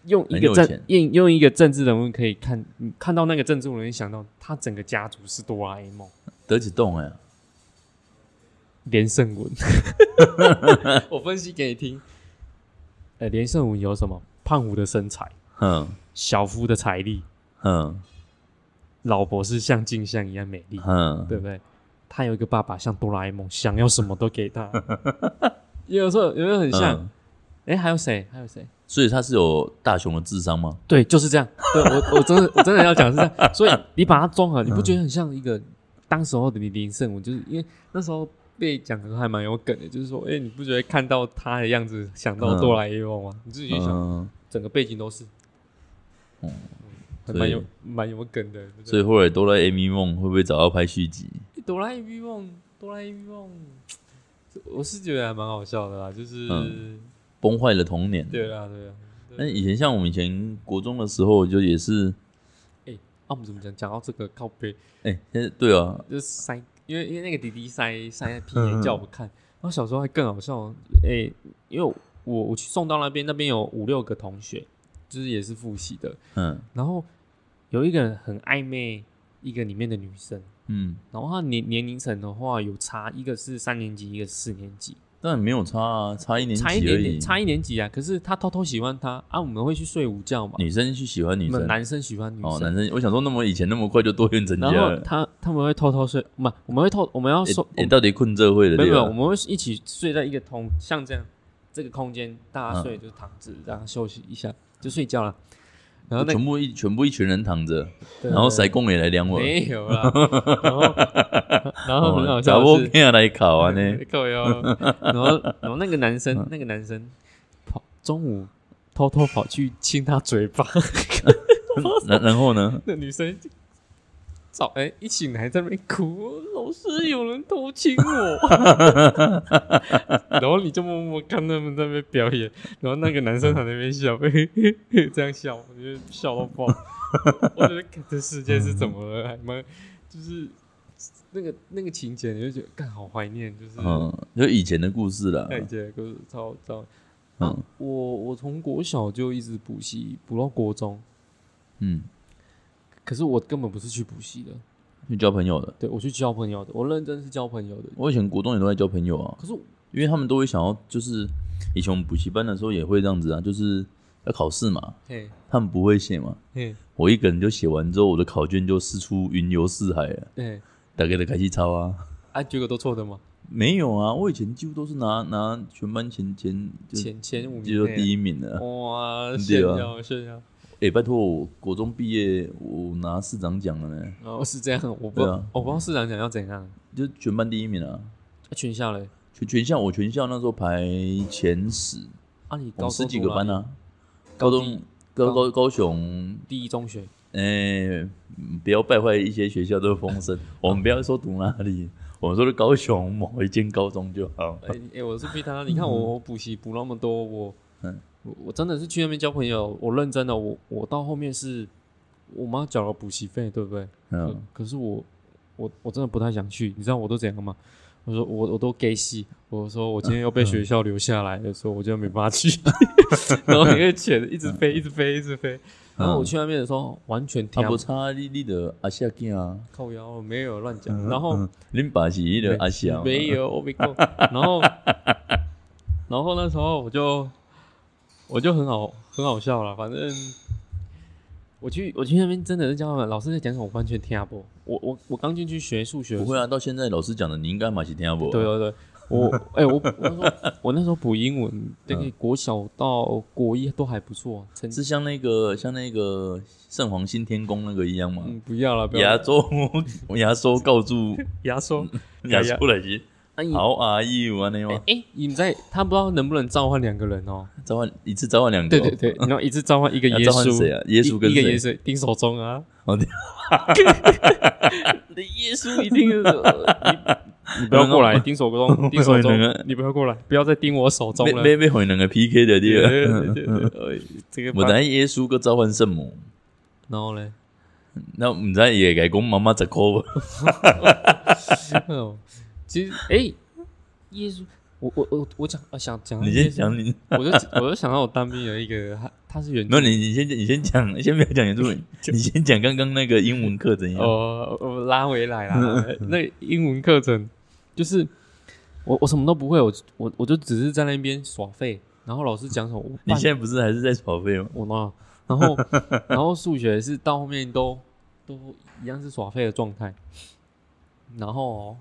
[SPEAKER 2] 用一
[SPEAKER 1] 很
[SPEAKER 2] 个
[SPEAKER 1] 有
[SPEAKER 2] 政
[SPEAKER 1] 钱
[SPEAKER 2] 用用一个政治人物可以看你看到那个政治人物，你想到他整个家族是哆啦 A 梦，
[SPEAKER 1] 得几栋哎呀？
[SPEAKER 2] 连
[SPEAKER 1] [laughs]
[SPEAKER 2] 胜文。我分析给你听。呃，连胜文有什么？胖虎的身材，
[SPEAKER 1] 哼
[SPEAKER 2] 小夫的财力，
[SPEAKER 1] 哼
[SPEAKER 2] 老婆是像镜像一样美丽，
[SPEAKER 1] 哼，
[SPEAKER 2] 对不对？他有一个爸爸像哆啦 A 梦，想要什么都给
[SPEAKER 1] [laughs]
[SPEAKER 2] 他。有时候有没有很像
[SPEAKER 1] 嗯？
[SPEAKER 2] 哎、还有谁？还有谁？
[SPEAKER 1] 所以他是有大雄的智商吗？
[SPEAKER 2] 对，就是
[SPEAKER 1] [laughs]
[SPEAKER 2] 这样。对我，我真的，我真的要讲是这样。所以你把它综合，你不觉得很像一个当时候的林胜文？就是因为那时候被讲的还蛮有梗的，就是说，哎、你不觉得看到他的样子想到哆啦 A 梦吗？你自己去想，
[SPEAKER 1] 嗯，
[SPEAKER 2] 整个背景都是，
[SPEAKER 1] 嗯
[SPEAKER 2] 还蛮有
[SPEAKER 1] 所
[SPEAKER 2] 蛮有梗的。对不
[SPEAKER 1] 所
[SPEAKER 2] 对
[SPEAKER 1] 以后来哆啦 A 梦会不会找到拍续集？
[SPEAKER 2] 哆啦 A 梦，哆啦 A 梦，我是觉得还蛮好笑的啦，就是、
[SPEAKER 1] 嗯崩坏了童年。
[SPEAKER 2] 对啦，对啦。
[SPEAKER 1] 那以前像我们以前国中的时候，就也是，
[SPEAKER 2] 啊，我们怎么讲？讲到这个靠背，
[SPEAKER 1] 哎、现在对啊，
[SPEAKER 2] 就是塞，因为因为那个弟弟塞塞在屁眼叫我们
[SPEAKER 1] 嗯
[SPEAKER 2] 看。然后小时候还更好笑，诶、因为我我去送到那边，那边有五六个同学，就是也是复习的。
[SPEAKER 1] 嗯
[SPEAKER 2] 然后有一个人很暧昧一个里面的女生，
[SPEAKER 1] 嗯，
[SPEAKER 2] 然后她年年龄层的话有差，一个是三年级，一个是四年级，
[SPEAKER 1] 但没有差啊，差一年级
[SPEAKER 2] 差
[SPEAKER 1] 而
[SPEAKER 2] 一
[SPEAKER 1] 已。
[SPEAKER 2] 点点，差一年级啊。可是她偷偷喜欢他啊，我们会去睡午觉嘛，
[SPEAKER 1] 女生去喜欢女
[SPEAKER 2] 我们
[SPEAKER 1] 生，
[SPEAKER 2] 男生喜欢女生，
[SPEAKER 1] 哦，男生，我想说，那么以前那么快就多元成家
[SPEAKER 2] 然后
[SPEAKER 1] 了，
[SPEAKER 2] 他他们会偷偷睡，不，我们会偷，我们要
[SPEAKER 1] 也
[SPEAKER 2] 说，
[SPEAKER 1] 也到底困这会的
[SPEAKER 2] 没
[SPEAKER 1] 对
[SPEAKER 2] 有没有，
[SPEAKER 1] 吧
[SPEAKER 2] 我？们会一起睡在一个同像这样这个空间，大家睡就是躺着，然后休息一下就睡觉了。然后那
[SPEAKER 1] 全部一全部一群人躺着，
[SPEAKER 2] 对
[SPEAKER 1] 然后塞贡也来量我，
[SPEAKER 2] 没有啦，然后然
[SPEAKER 1] 哦
[SPEAKER 2] 后很好笑
[SPEAKER 1] 我
[SPEAKER 2] 的是，
[SPEAKER 1] 来考啊
[SPEAKER 2] [laughs]
[SPEAKER 1] 呢，
[SPEAKER 2] 够哟。然后然后那个男
[SPEAKER 1] 嗯
[SPEAKER 2] 生那个男生跑中午偷偷跑去亲他嘴巴，
[SPEAKER 1] 然然后呢？
[SPEAKER 2] 那女生就早哎、一醒来在那边哭，老师有人偷
[SPEAKER 1] [laughs]
[SPEAKER 2] 亲我，然后你就默默看他们在那边表演，然后那个男生还在那边笑，嘿 [laughs] 嘿嘿嘿这样笑，我觉得笑到爆，我觉得看这世界是怎么了，还蛮就是那个那个情节，你就觉得干好怀念，就是
[SPEAKER 1] 嗯，就以前的故事啦，
[SPEAKER 2] 那一节故事超超。啊
[SPEAKER 1] 嗯，
[SPEAKER 2] 我我从国小就一直补习，补到国中，
[SPEAKER 1] 嗯，
[SPEAKER 2] 可是我根本不是去补习的，
[SPEAKER 1] 去交朋友的。
[SPEAKER 2] 对我去交朋友的，我认真是交朋友的。
[SPEAKER 1] 我以前国中也都在交朋友啊，
[SPEAKER 2] 可是我
[SPEAKER 1] 因为他们都会想要，就是以前我们补习班的时候也会这样子啊，就是要考试嘛，
[SPEAKER 2] 嘿
[SPEAKER 1] 他们不会写嘛，
[SPEAKER 2] 嘿
[SPEAKER 1] 我一个人就写完之后，我的考卷就四出云游四海啊了，
[SPEAKER 2] 嘿，
[SPEAKER 1] 大概的开始抄啊。
[SPEAKER 2] 哎啊，结果都错的吗？
[SPEAKER 1] 没有啊，我以前几乎都是拿拿全班前前就
[SPEAKER 2] 前前五
[SPEAKER 1] 就
[SPEAKER 2] 名啊
[SPEAKER 1] 是第
[SPEAKER 2] 一，
[SPEAKER 1] 一名的。
[SPEAKER 2] 哇，
[SPEAKER 1] 对啊
[SPEAKER 2] 炫耀炫耀。
[SPEAKER 1] 哎、拜托，我国中毕业我拿市长奖了呢，
[SPEAKER 2] 哦，是这样，我不
[SPEAKER 1] 对啊
[SPEAKER 2] 我不知道市长想要怎样，
[SPEAKER 1] 就全班第一名啊。
[SPEAKER 2] 全校嘞。
[SPEAKER 1] 全全校我全校那时候排前十，
[SPEAKER 2] 啊，你
[SPEAKER 1] 我
[SPEAKER 2] 高
[SPEAKER 1] 们
[SPEAKER 2] 中
[SPEAKER 1] 十几个班
[SPEAKER 2] 呢？
[SPEAKER 1] 啊，高中
[SPEAKER 2] 嗯
[SPEAKER 1] 高高高雄
[SPEAKER 2] 第一中学，
[SPEAKER 1] 哎、嗯不要败坏一些学校的风
[SPEAKER 2] [laughs]
[SPEAKER 1] 声。我们不要说读哪里，我们说的高雄某一间高中就
[SPEAKER 2] [laughs]
[SPEAKER 1] 好。
[SPEAKER 2] 哎你哎，我是逼他，你看我我补习补那么多，我
[SPEAKER 1] 嗯
[SPEAKER 2] 我我真的是去那边交朋友，我认真的，我我到后面是我妈缴了补习费，对不对？可
[SPEAKER 1] 嗯，
[SPEAKER 2] 可是我我我真的不太想去，你知道我都怎样吗？我说我我都 gay 戏，我说我今天要被
[SPEAKER 1] 嗯
[SPEAKER 2] 学校留下来的时候，我就没办
[SPEAKER 1] [laughs]
[SPEAKER 2] 法去。然后因为钱一直
[SPEAKER 1] 嗯
[SPEAKER 2] 飞，一直飞，一直飞。然后我去那边的时候，完全
[SPEAKER 1] 他嗯
[SPEAKER 2] 听
[SPEAKER 1] 啊不
[SPEAKER 2] 不
[SPEAKER 1] 差你你的阿夏囝啊，
[SPEAKER 2] 靠腰，没有乱讲。然后
[SPEAKER 1] 恁爸是你嗯的阿啊夏吗，
[SPEAKER 2] 没有，我没够。然后然后那时候我就我就很好很好笑了，反正。我去，我去那边真的是教他们，老师在讲什么，我完全听不懂。我我我刚进去学数学的时候，
[SPEAKER 1] 不会啊。到现在老师讲的，你应该嘛是听不懂。 [laughs]
[SPEAKER 2] 对对对，我哎、我我那时候我那时候补英
[SPEAKER 1] 嗯
[SPEAKER 2] 文，大概国小到国一都还不错，成绩
[SPEAKER 1] 是像那个像那个圣皇新天宫那个一样吗？
[SPEAKER 2] 嗯不要了，不要
[SPEAKER 1] 亚
[SPEAKER 2] 了
[SPEAKER 1] 洲亚洲告
[SPEAKER 2] [laughs]
[SPEAKER 1] 住
[SPEAKER 2] 牙刷。
[SPEAKER 1] 亚洲来是
[SPEAKER 2] 哎
[SPEAKER 1] 嗯好啊，义务啊那
[SPEAKER 2] 哎
[SPEAKER 1] 吗？、
[SPEAKER 2] 你们在他不知道能不能召唤两个人哦？
[SPEAKER 1] 召唤一次召唤两个
[SPEAKER 2] [laughs] 对
[SPEAKER 1] 哦，
[SPEAKER 2] 对对，然后一次召唤一个
[SPEAKER 1] 要
[SPEAKER 2] 耶
[SPEAKER 1] 召唤
[SPEAKER 2] 稣，
[SPEAKER 1] 谁啊耶稣
[SPEAKER 2] 一
[SPEAKER 1] 跟
[SPEAKER 2] 一个
[SPEAKER 1] 谁
[SPEAKER 2] 耶稣，丁守中啊。
[SPEAKER 1] 哦对
[SPEAKER 2] 你的耶稣一 [laughs] 定是你你不要过来，丁守
[SPEAKER 1] [laughs]
[SPEAKER 2] 中，丁守
[SPEAKER 1] 两个
[SPEAKER 2] 中，你不要过来，不要再盯我手中
[SPEAKER 1] 被
[SPEAKER 2] 了。
[SPEAKER 1] 被被毁两个 PK 的
[SPEAKER 2] [laughs]
[SPEAKER 1] [laughs]
[SPEAKER 2] 对
[SPEAKER 1] 对
[SPEAKER 2] 对
[SPEAKER 1] 了。
[SPEAKER 2] 对对对，哎这个
[SPEAKER 1] 嗯我
[SPEAKER 2] 把
[SPEAKER 1] 等下耶稣个召唤圣母，
[SPEAKER 2] 然后嘞，
[SPEAKER 1] 那我们在也改讲妈妈十块
[SPEAKER 2] [laughs]
[SPEAKER 1] 吧。
[SPEAKER 2] 哦其实哎、耶稣，我我我我讲啊想讲，
[SPEAKER 1] 你先，讲你，
[SPEAKER 2] 我就我就想到我当兵有一个他他是原住
[SPEAKER 1] 那你你先你先讲，先不要讲原著
[SPEAKER 2] [laughs]
[SPEAKER 1] 文，你先讲刚刚那嗯个英文课怎样？
[SPEAKER 2] 哦，我拉回来啦。 [laughs] 那个英文课程就是我我什么都不会，我我我就只是在那边耍废，然后老师讲什么，我
[SPEAKER 1] 你
[SPEAKER 2] 半
[SPEAKER 1] 现在不是还是在耍废吗？
[SPEAKER 2] 我呢，
[SPEAKER 1] [laughs]
[SPEAKER 2] 然后然后数学是到后面都都一样是耍废的状态。然后、哦、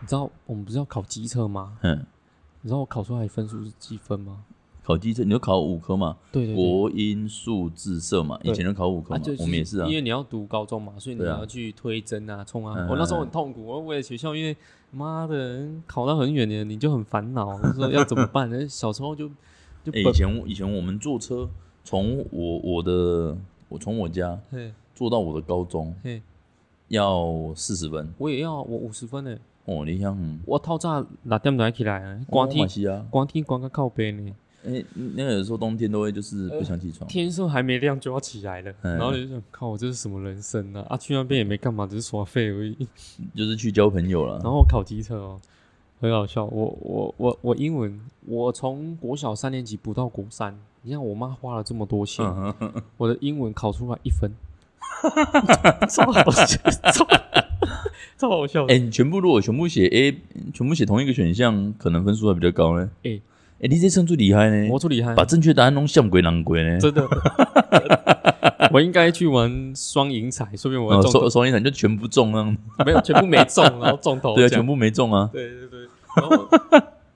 [SPEAKER 2] 你知道我们不是要考机测吗？
[SPEAKER 1] 嗯，
[SPEAKER 2] 你知道我考出来分数是几分吗？
[SPEAKER 1] 考机测你就考五科嘛，
[SPEAKER 2] 对对对。
[SPEAKER 1] 国英数自社嘛，
[SPEAKER 2] 对
[SPEAKER 1] 以前就考五科
[SPEAKER 2] 啊，
[SPEAKER 1] 嘛
[SPEAKER 2] 就，
[SPEAKER 1] 我们也是啊
[SPEAKER 2] 因。为你要读高中嘛，所以你
[SPEAKER 1] 对啊
[SPEAKER 2] 要去推甄啊、冲啊
[SPEAKER 1] 嗯。
[SPEAKER 2] 我那时候很痛苦，我为了学校，因为妈的考到很远的，你就很烦恼，说要怎么办？呢？ [laughs] 小时候就就
[SPEAKER 1] 欸
[SPEAKER 2] 本
[SPEAKER 1] 以前我以前我们坐车从我我的我从我家
[SPEAKER 2] 嘿
[SPEAKER 1] 坐到我的高中
[SPEAKER 2] 嘿，
[SPEAKER 1] 要四十分，
[SPEAKER 2] 我也要我五十分呢，
[SPEAKER 1] 哦，你想，
[SPEAKER 2] 我套炸哪点来起来啊？光
[SPEAKER 1] 天
[SPEAKER 2] 天
[SPEAKER 1] 西啊，
[SPEAKER 2] 光天光个靠背呢，
[SPEAKER 1] 哎、那个有时候冬天都会就是不想起床，
[SPEAKER 2] 呃天色还没亮就要起来了，
[SPEAKER 1] 嗯
[SPEAKER 2] 然后你就想靠，我这是什么人生啊？啊，去那边也没干嘛，只是耍废而已。
[SPEAKER 1] 就是去交朋友了
[SPEAKER 2] 然。后我考机测哦，很好笑。我我我我英文，我从国小三年级补到国三，你看我妈花了这么多钱，
[SPEAKER 1] 嗯哼 [laughs]
[SPEAKER 2] 我的英文考出来一分，超好笑，超超好笑的。
[SPEAKER 1] 哎、你全部如果全部写 A，全部写同一个选项，可能分数还比较高呢。哎、
[SPEAKER 2] 欸
[SPEAKER 1] 哎、你这算最厉害呢，
[SPEAKER 2] 我出厉害
[SPEAKER 1] 把，正确答案弄像鬼狼鬼呢。
[SPEAKER 2] 真的。我应该去玩双赢彩，说不定我
[SPEAKER 1] 哦，
[SPEAKER 2] 会中
[SPEAKER 1] 双双一闪就全部中啊，
[SPEAKER 2] 头，没有全部没中，然后中头
[SPEAKER 1] 对啊，
[SPEAKER 2] 奖
[SPEAKER 1] 全部没中啊。
[SPEAKER 2] 对对对，然后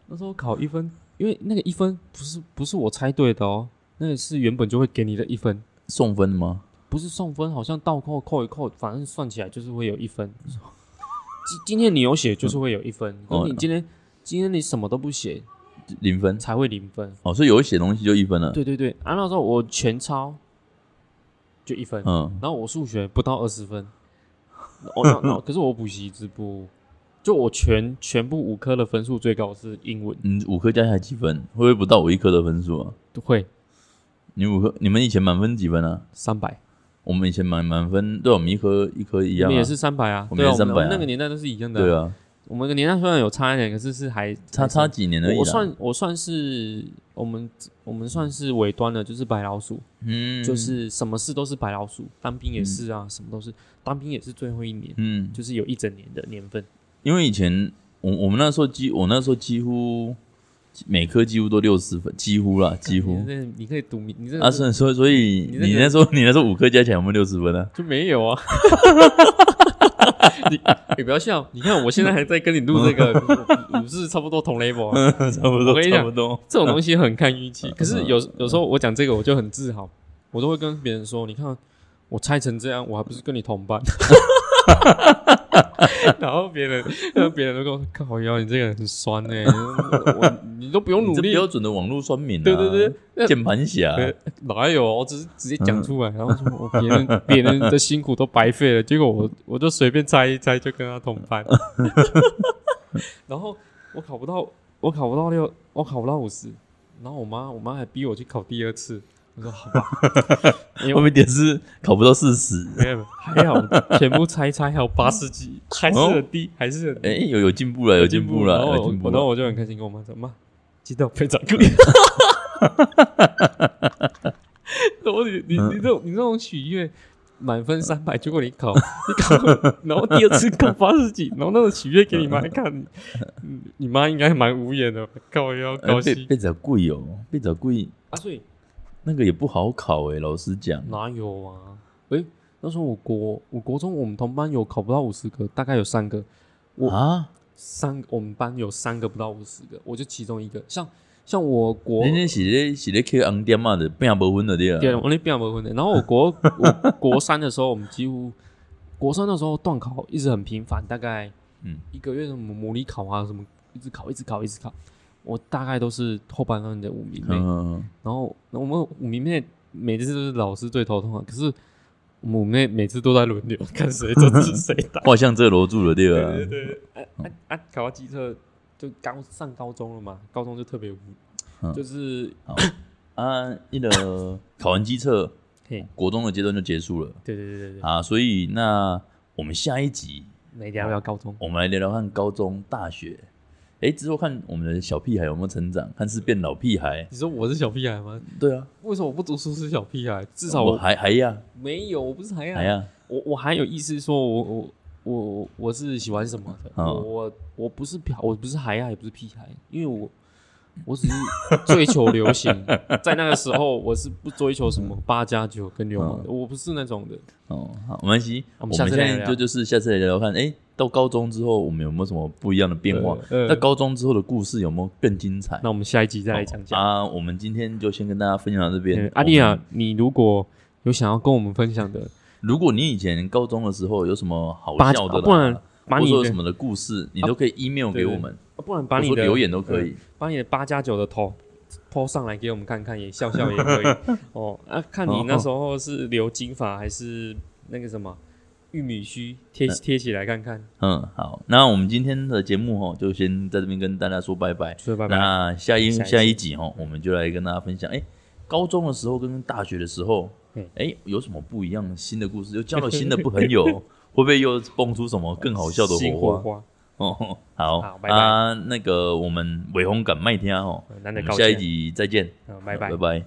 [SPEAKER 2] 那时候考一分，因为那个一分不是不是我猜对的哦，那个是原本就会给你的一分，
[SPEAKER 1] 送分吗？
[SPEAKER 2] 不是送分，好像倒扣扣一扣，反正算起来就是会有一
[SPEAKER 1] [laughs]
[SPEAKER 2] 分。今今天你有写就是会有一分，可
[SPEAKER 1] 嗯
[SPEAKER 2] 是你今天今天你什么都不写
[SPEAKER 1] 零分。
[SPEAKER 2] 才会零分。
[SPEAKER 1] 哦，所以有一写东西就一分了。
[SPEAKER 2] 对对对，啊那时候我全抄就一分，
[SPEAKER 1] 嗯，
[SPEAKER 2] 然后我数学不到二
[SPEAKER 1] [laughs]
[SPEAKER 2] 十分，哦那那可是我补习只补，就我全全部五科的分数最高是英文，
[SPEAKER 1] 你五科加起来几分？会不会不到我一科的分数啊？
[SPEAKER 2] 会
[SPEAKER 1] 你五科，你们以前满分几分啊？
[SPEAKER 2] 三百。
[SPEAKER 1] 我们以前满满分，对，我们一科一科一
[SPEAKER 2] 我
[SPEAKER 1] 样、啊。
[SPEAKER 2] 们也是三百啊，
[SPEAKER 1] 我们
[SPEAKER 2] 对啊，
[SPEAKER 1] 也
[SPEAKER 2] 我
[SPEAKER 1] 是
[SPEAKER 2] 们
[SPEAKER 1] 300
[SPEAKER 2] 我
[SPEAKER 1] 啊
[SPEAKER 2] 们那个年代都是一样的。
[SPEAKER 1] 对，啊，
[SPEAKER 2] 我们那个年代虽然有差一点，可是是还
[SPEAKER 1] 差差几年而已啦。
[SPEAKER 2] 我我算我算是我们我们算是尾端的，就是白老鼠，
[SPEAKER 1] 嗯，
[SPEAKER 2] 就是什么事都是白老鼠，当兵也是啊，什么都是，当兵也是最后一年，
[SPEAKER 1] 嗯，
[SPEAKER 2] 就是有一整年的年份。
[SPEAKER 1] 因为以前我我们那时候几我那时候几乎每科几乎都六十分，几乎啦，几乎
[SPEAKER 2] 你。这你可以赌你这
[SPEAKER 1] 啊，
[SPEAKER 2] 个
[SPEAKER 1] 所以所以所以
[SPEAKER 2] 你这个
[SPEAKER 1] 你那时候 [laughs] 你那时候五科加起来有没有六十分啊？
[SPEAKER 2] 就没有啊。你你不要笑，你看我现在还在跟你录
[SPEAKER 1] [laughs]
[SPEAKER 2] 这个，我我不是差不多同 level 啊、
[SPEAKER 1] 差不
[SPEAKER 2] [laughs] 我
[SPEAKER 1] 多，
[SPEAKER 2] 跟你讲
[SPEAKER 1] 差不多。
[SPEAKER 2] 这种东西很看运气。可是
[SPEAKER 1] 嗯
[SPEAKER 2] 有有时候我讲这个我就很自豪，我都会跟别人说：“你看我猜成这样，我还不是跟你
[SPEAKER 1] [laughs]
[SPEAKER 2] 同班。” [laughs] 然后别人， [laughs] 然后别人都跟我说：“靠腰，你这个人很酸呢、
[SPEAKER 1] [laughs]
[SPEAKER 2] 我我你都不用
[SPEAKER 1] 你
[SPEAKER 2] 努
[SPEAKER 1] 这
[SPEAKER 2] 力。
[SPEAKER 1] 标准的网络酸民啊，
[SPEAKER 2] 对对对，那
[SPEAKER 1] 键盘侠，啊
[SPEAKER 2] 呃哪有？我只是直接讲出来，然后说我别人别人的辛苦都白费了，结果我我就随便猜一猜，就跟他同班。然后我考不到，我考不到六，我考不到五十，然后我妈我妈还逼我去考第二次，我说好吧，
[SPEAKER 1] 后面点是考不到四十。
[SPEAKER 2] 没有还好，全部猜一猜，还有八十几，还是很低，还是很低
[SPEAKER 1] 哎，有有进步了，有进步了，
[SPEAKER 2] 然后
[SPEAKER 1] 有
[SPEAKER 2] 哦我
[SPEAKER 1] 进步
[SPEAKER 2] 然后
[SPEAKER 1] 了。
[SPEAKER 2] 我就很开心跟我妈说：“妈，记得非常贵。”然后你你
[SPEAKER 1] 嗯
[SPEAKER 2] 你这种你这种喜悦，满分三百，结果你考 [laughs] 你考，然后第二次考八十几，然后那种喜悦给你妈看，
[SPEAKER 1] 嗯
[SPEAKER 2] 你你你妈应该蛮无言的，高腰
[SPEAKER 1] 哎
[SPEAKER 2] 高
[SPEAKER 1] 被
[SPEAKER 2] 兴
[SPEAKER 1] 被找贵哦，被找贵，
[SPEAKER 2] 啊，所以
[SPEAKER 1] 那个也不好考哎，老实讲，
[SPEAKER 2] 哪有啊？诶、那时候我国我国中我们同班有考不到五十个，大概有三个，我
[SPEAKER 1] 啊，
[SPEAKER 2] 三我们班有三个不到五十个，我就其中一个。像像我国
[SPEAKER 1] 人家是咧是咧 Q 昂点啊嘛的，变不温的对
[SPEAKER 2] 对，
[SPEAKER 1] 啊。
[SPEAKER 2] 我那边没婚的。然后我国
[SPEAKER 1] [laughs]
[SPEAKER 2] 我国三的时候，我们几乎国三那时候断考一直很频繁，大概
[SPEAKER 1] 嗯
[SPEAKER 2] 一个月什么模拟考啊，什么一直考一直考一直考，我大概都是后半段的五名内。
[SPEAKER 1] 嗯，
[SPEAKER 2] 然后我们五名内每次都是老师最头痛啊，可是我们五名内每次都在轮流看谁这次谁
[SPEAKER 1] [laughs]
[SPEAKER 2] 打。
[SPEAKER 1] 画像这楼住了对啊。
[SPEAKER 2] 对对对，啊啊啊！考到机测就刚上高中了嘛，高中就特别无，
[SPEAKER 1] 嗯
[SPEAKER 2] 就是
[SPEAKER 1] 啊，那
[SPEAKER 2] [laughs]
[SPEAKER 1] 个考完机测，
[SPEAKER 2] 嘿，
[SPEAKER 1] 国中的阶段就结束了
[SPEAKER 2] 对对对对对，
[SPEAKER 1] 啊。所以那我们下一集，
[SPEAKER 2] 没聊聊高中。
[SPEAKER 1] 我们来聊聊看高中、大学。哎，之后看我们的小屁孩有没有成长，看是变老屁孩。
[SPEAKER 2] 你说我是小屁孩吗？
[SPEAKER 1] 对啊，
[SPEAKER 2] 为什么我不读书是小屁孩？至少
[SPEAKER 1] 我
[SPEAKER 2] 我啊
[SPEAKER 1] 还还呀
[SPEAKER 2] 没有，我不是还要，
[SPEAKER 1] 还呀，
[SPEAKER 2] 我我还有意思说我我我我是喜欢什么的，
[SPEAKER 1] 嗯
[SPEAKER 2] 我我我不是屁，我不是孩呀，也不是屁孩，因为我我只是追求流行，在那个时候我是不追求什么八加九跟流氓的，
[SPEAKER 1] 嗯
[SPEAKER 2] 我不是那种的。
[SPEAKER 1] 哦，好，没关系。
[SPEAKER 2] 我
[SPEAKER 1] 我们
[SPEAKER 2] 们下
[SPEAKER 1] 现
[SPEAKER 2] 次来
[SPEAKER 1] 在
[SPEAKER 2] 聊
[SPEAKER 1] 就就是下次来聊聊看，哎，到高中之后我们有没有什么不一样的变化？
[SPEAKER 2] 呃呃
[SPEAKER 1] 那高中之后的故事有没有更精彩？
[SPEAKER 2] 那我们下一集再来讲讲。
[SPEAKER 1] 啊，我们今天就先跟大家分享到这
[SPEAKER 2] 嗯
[SPEAKER 1] 边。
[SPEAKER 2] 阿丽
[SPEAKER 1] 我
[SPEAKER 2] 亚
[SPEAKER 1] 们，，
[SPEAKER 2] 你如果有想要跟我们分享的
[SPEAKER 1] 如果你以前高中的时候有什么好
[SPEAKER 2] 八
[SPEAKER 1] 笑的啦，
[SPEAKER 2] 啊不然把
[SPEAKER 1] 或者
[SPEAKER 2] 你
[SPEAKER 1] 说有
[SPEAKER 2] 的
[SPEAKER 1] 什么的故事，你都可以 email
[SPEAKER 2] 对
[SPEAKER 1] 给我们，
[SPEAKER 2] 不然把
[SPEAKER 1] 或者
[SPEAKER 2] 你
[SPEAKER 1] 说
[SPEAKER 2] 的
[SPEAKER 1] 留言都可以。
[SPEAKER 2] 把你的八加九的头抛上来给我们看看，也笑笑也
[SPEAKER 1] [laughs]
[SPEAKER 2] 可以哦。啊，看你那时候是留金发还是那个什么玉米须贴贴起来看看。
[SPEAKER 1] 嗯，好，那我们今天的节目哦，就先在这边跟大家说拜拜。
[SPEAKER 2] 所以拜拜，
[SPEAKER 1] 那下一
[SPEAKER 2] 下一集
[SPEAKER 1] 下一集哦，我们就来跟大家分享，哎，高中的时候跟大学的时候
[SPEAKER 2] 嗯，
[SPEAKER 1] 哎，有什么不一样的新的故事？又交了新的朋
[SPEAKER 2] [laughs]
[SPEAKER 1] 友，会不会又蹦出什么更好笑的
[SPEAKER 2] 新
[SPEAKER 1] 火
[SPEAKER 2] 火
[SPEAKER 1] 花？
[SPEAKER 2] 花，
[SPEAKER 1] 哦，好，
[SPEAKER 2] 好拜拜
[SPEAKER 1] 啊，那个我们伟鸿敢麦听哦，
[SPEAKER 2] 嗯
[SPEAKER 1] 我
[SPEAKER 2] 难得
[SPEAKER 1] 们
[SPEAKER 2] 高
[SPEAKER 1] 下一
[SPEAKER 2] 见。
[SPEAKER 1] 集再见，
[SPEAKER 2] 嗯，拜拜
[SPEAKER 1] 拜。拜。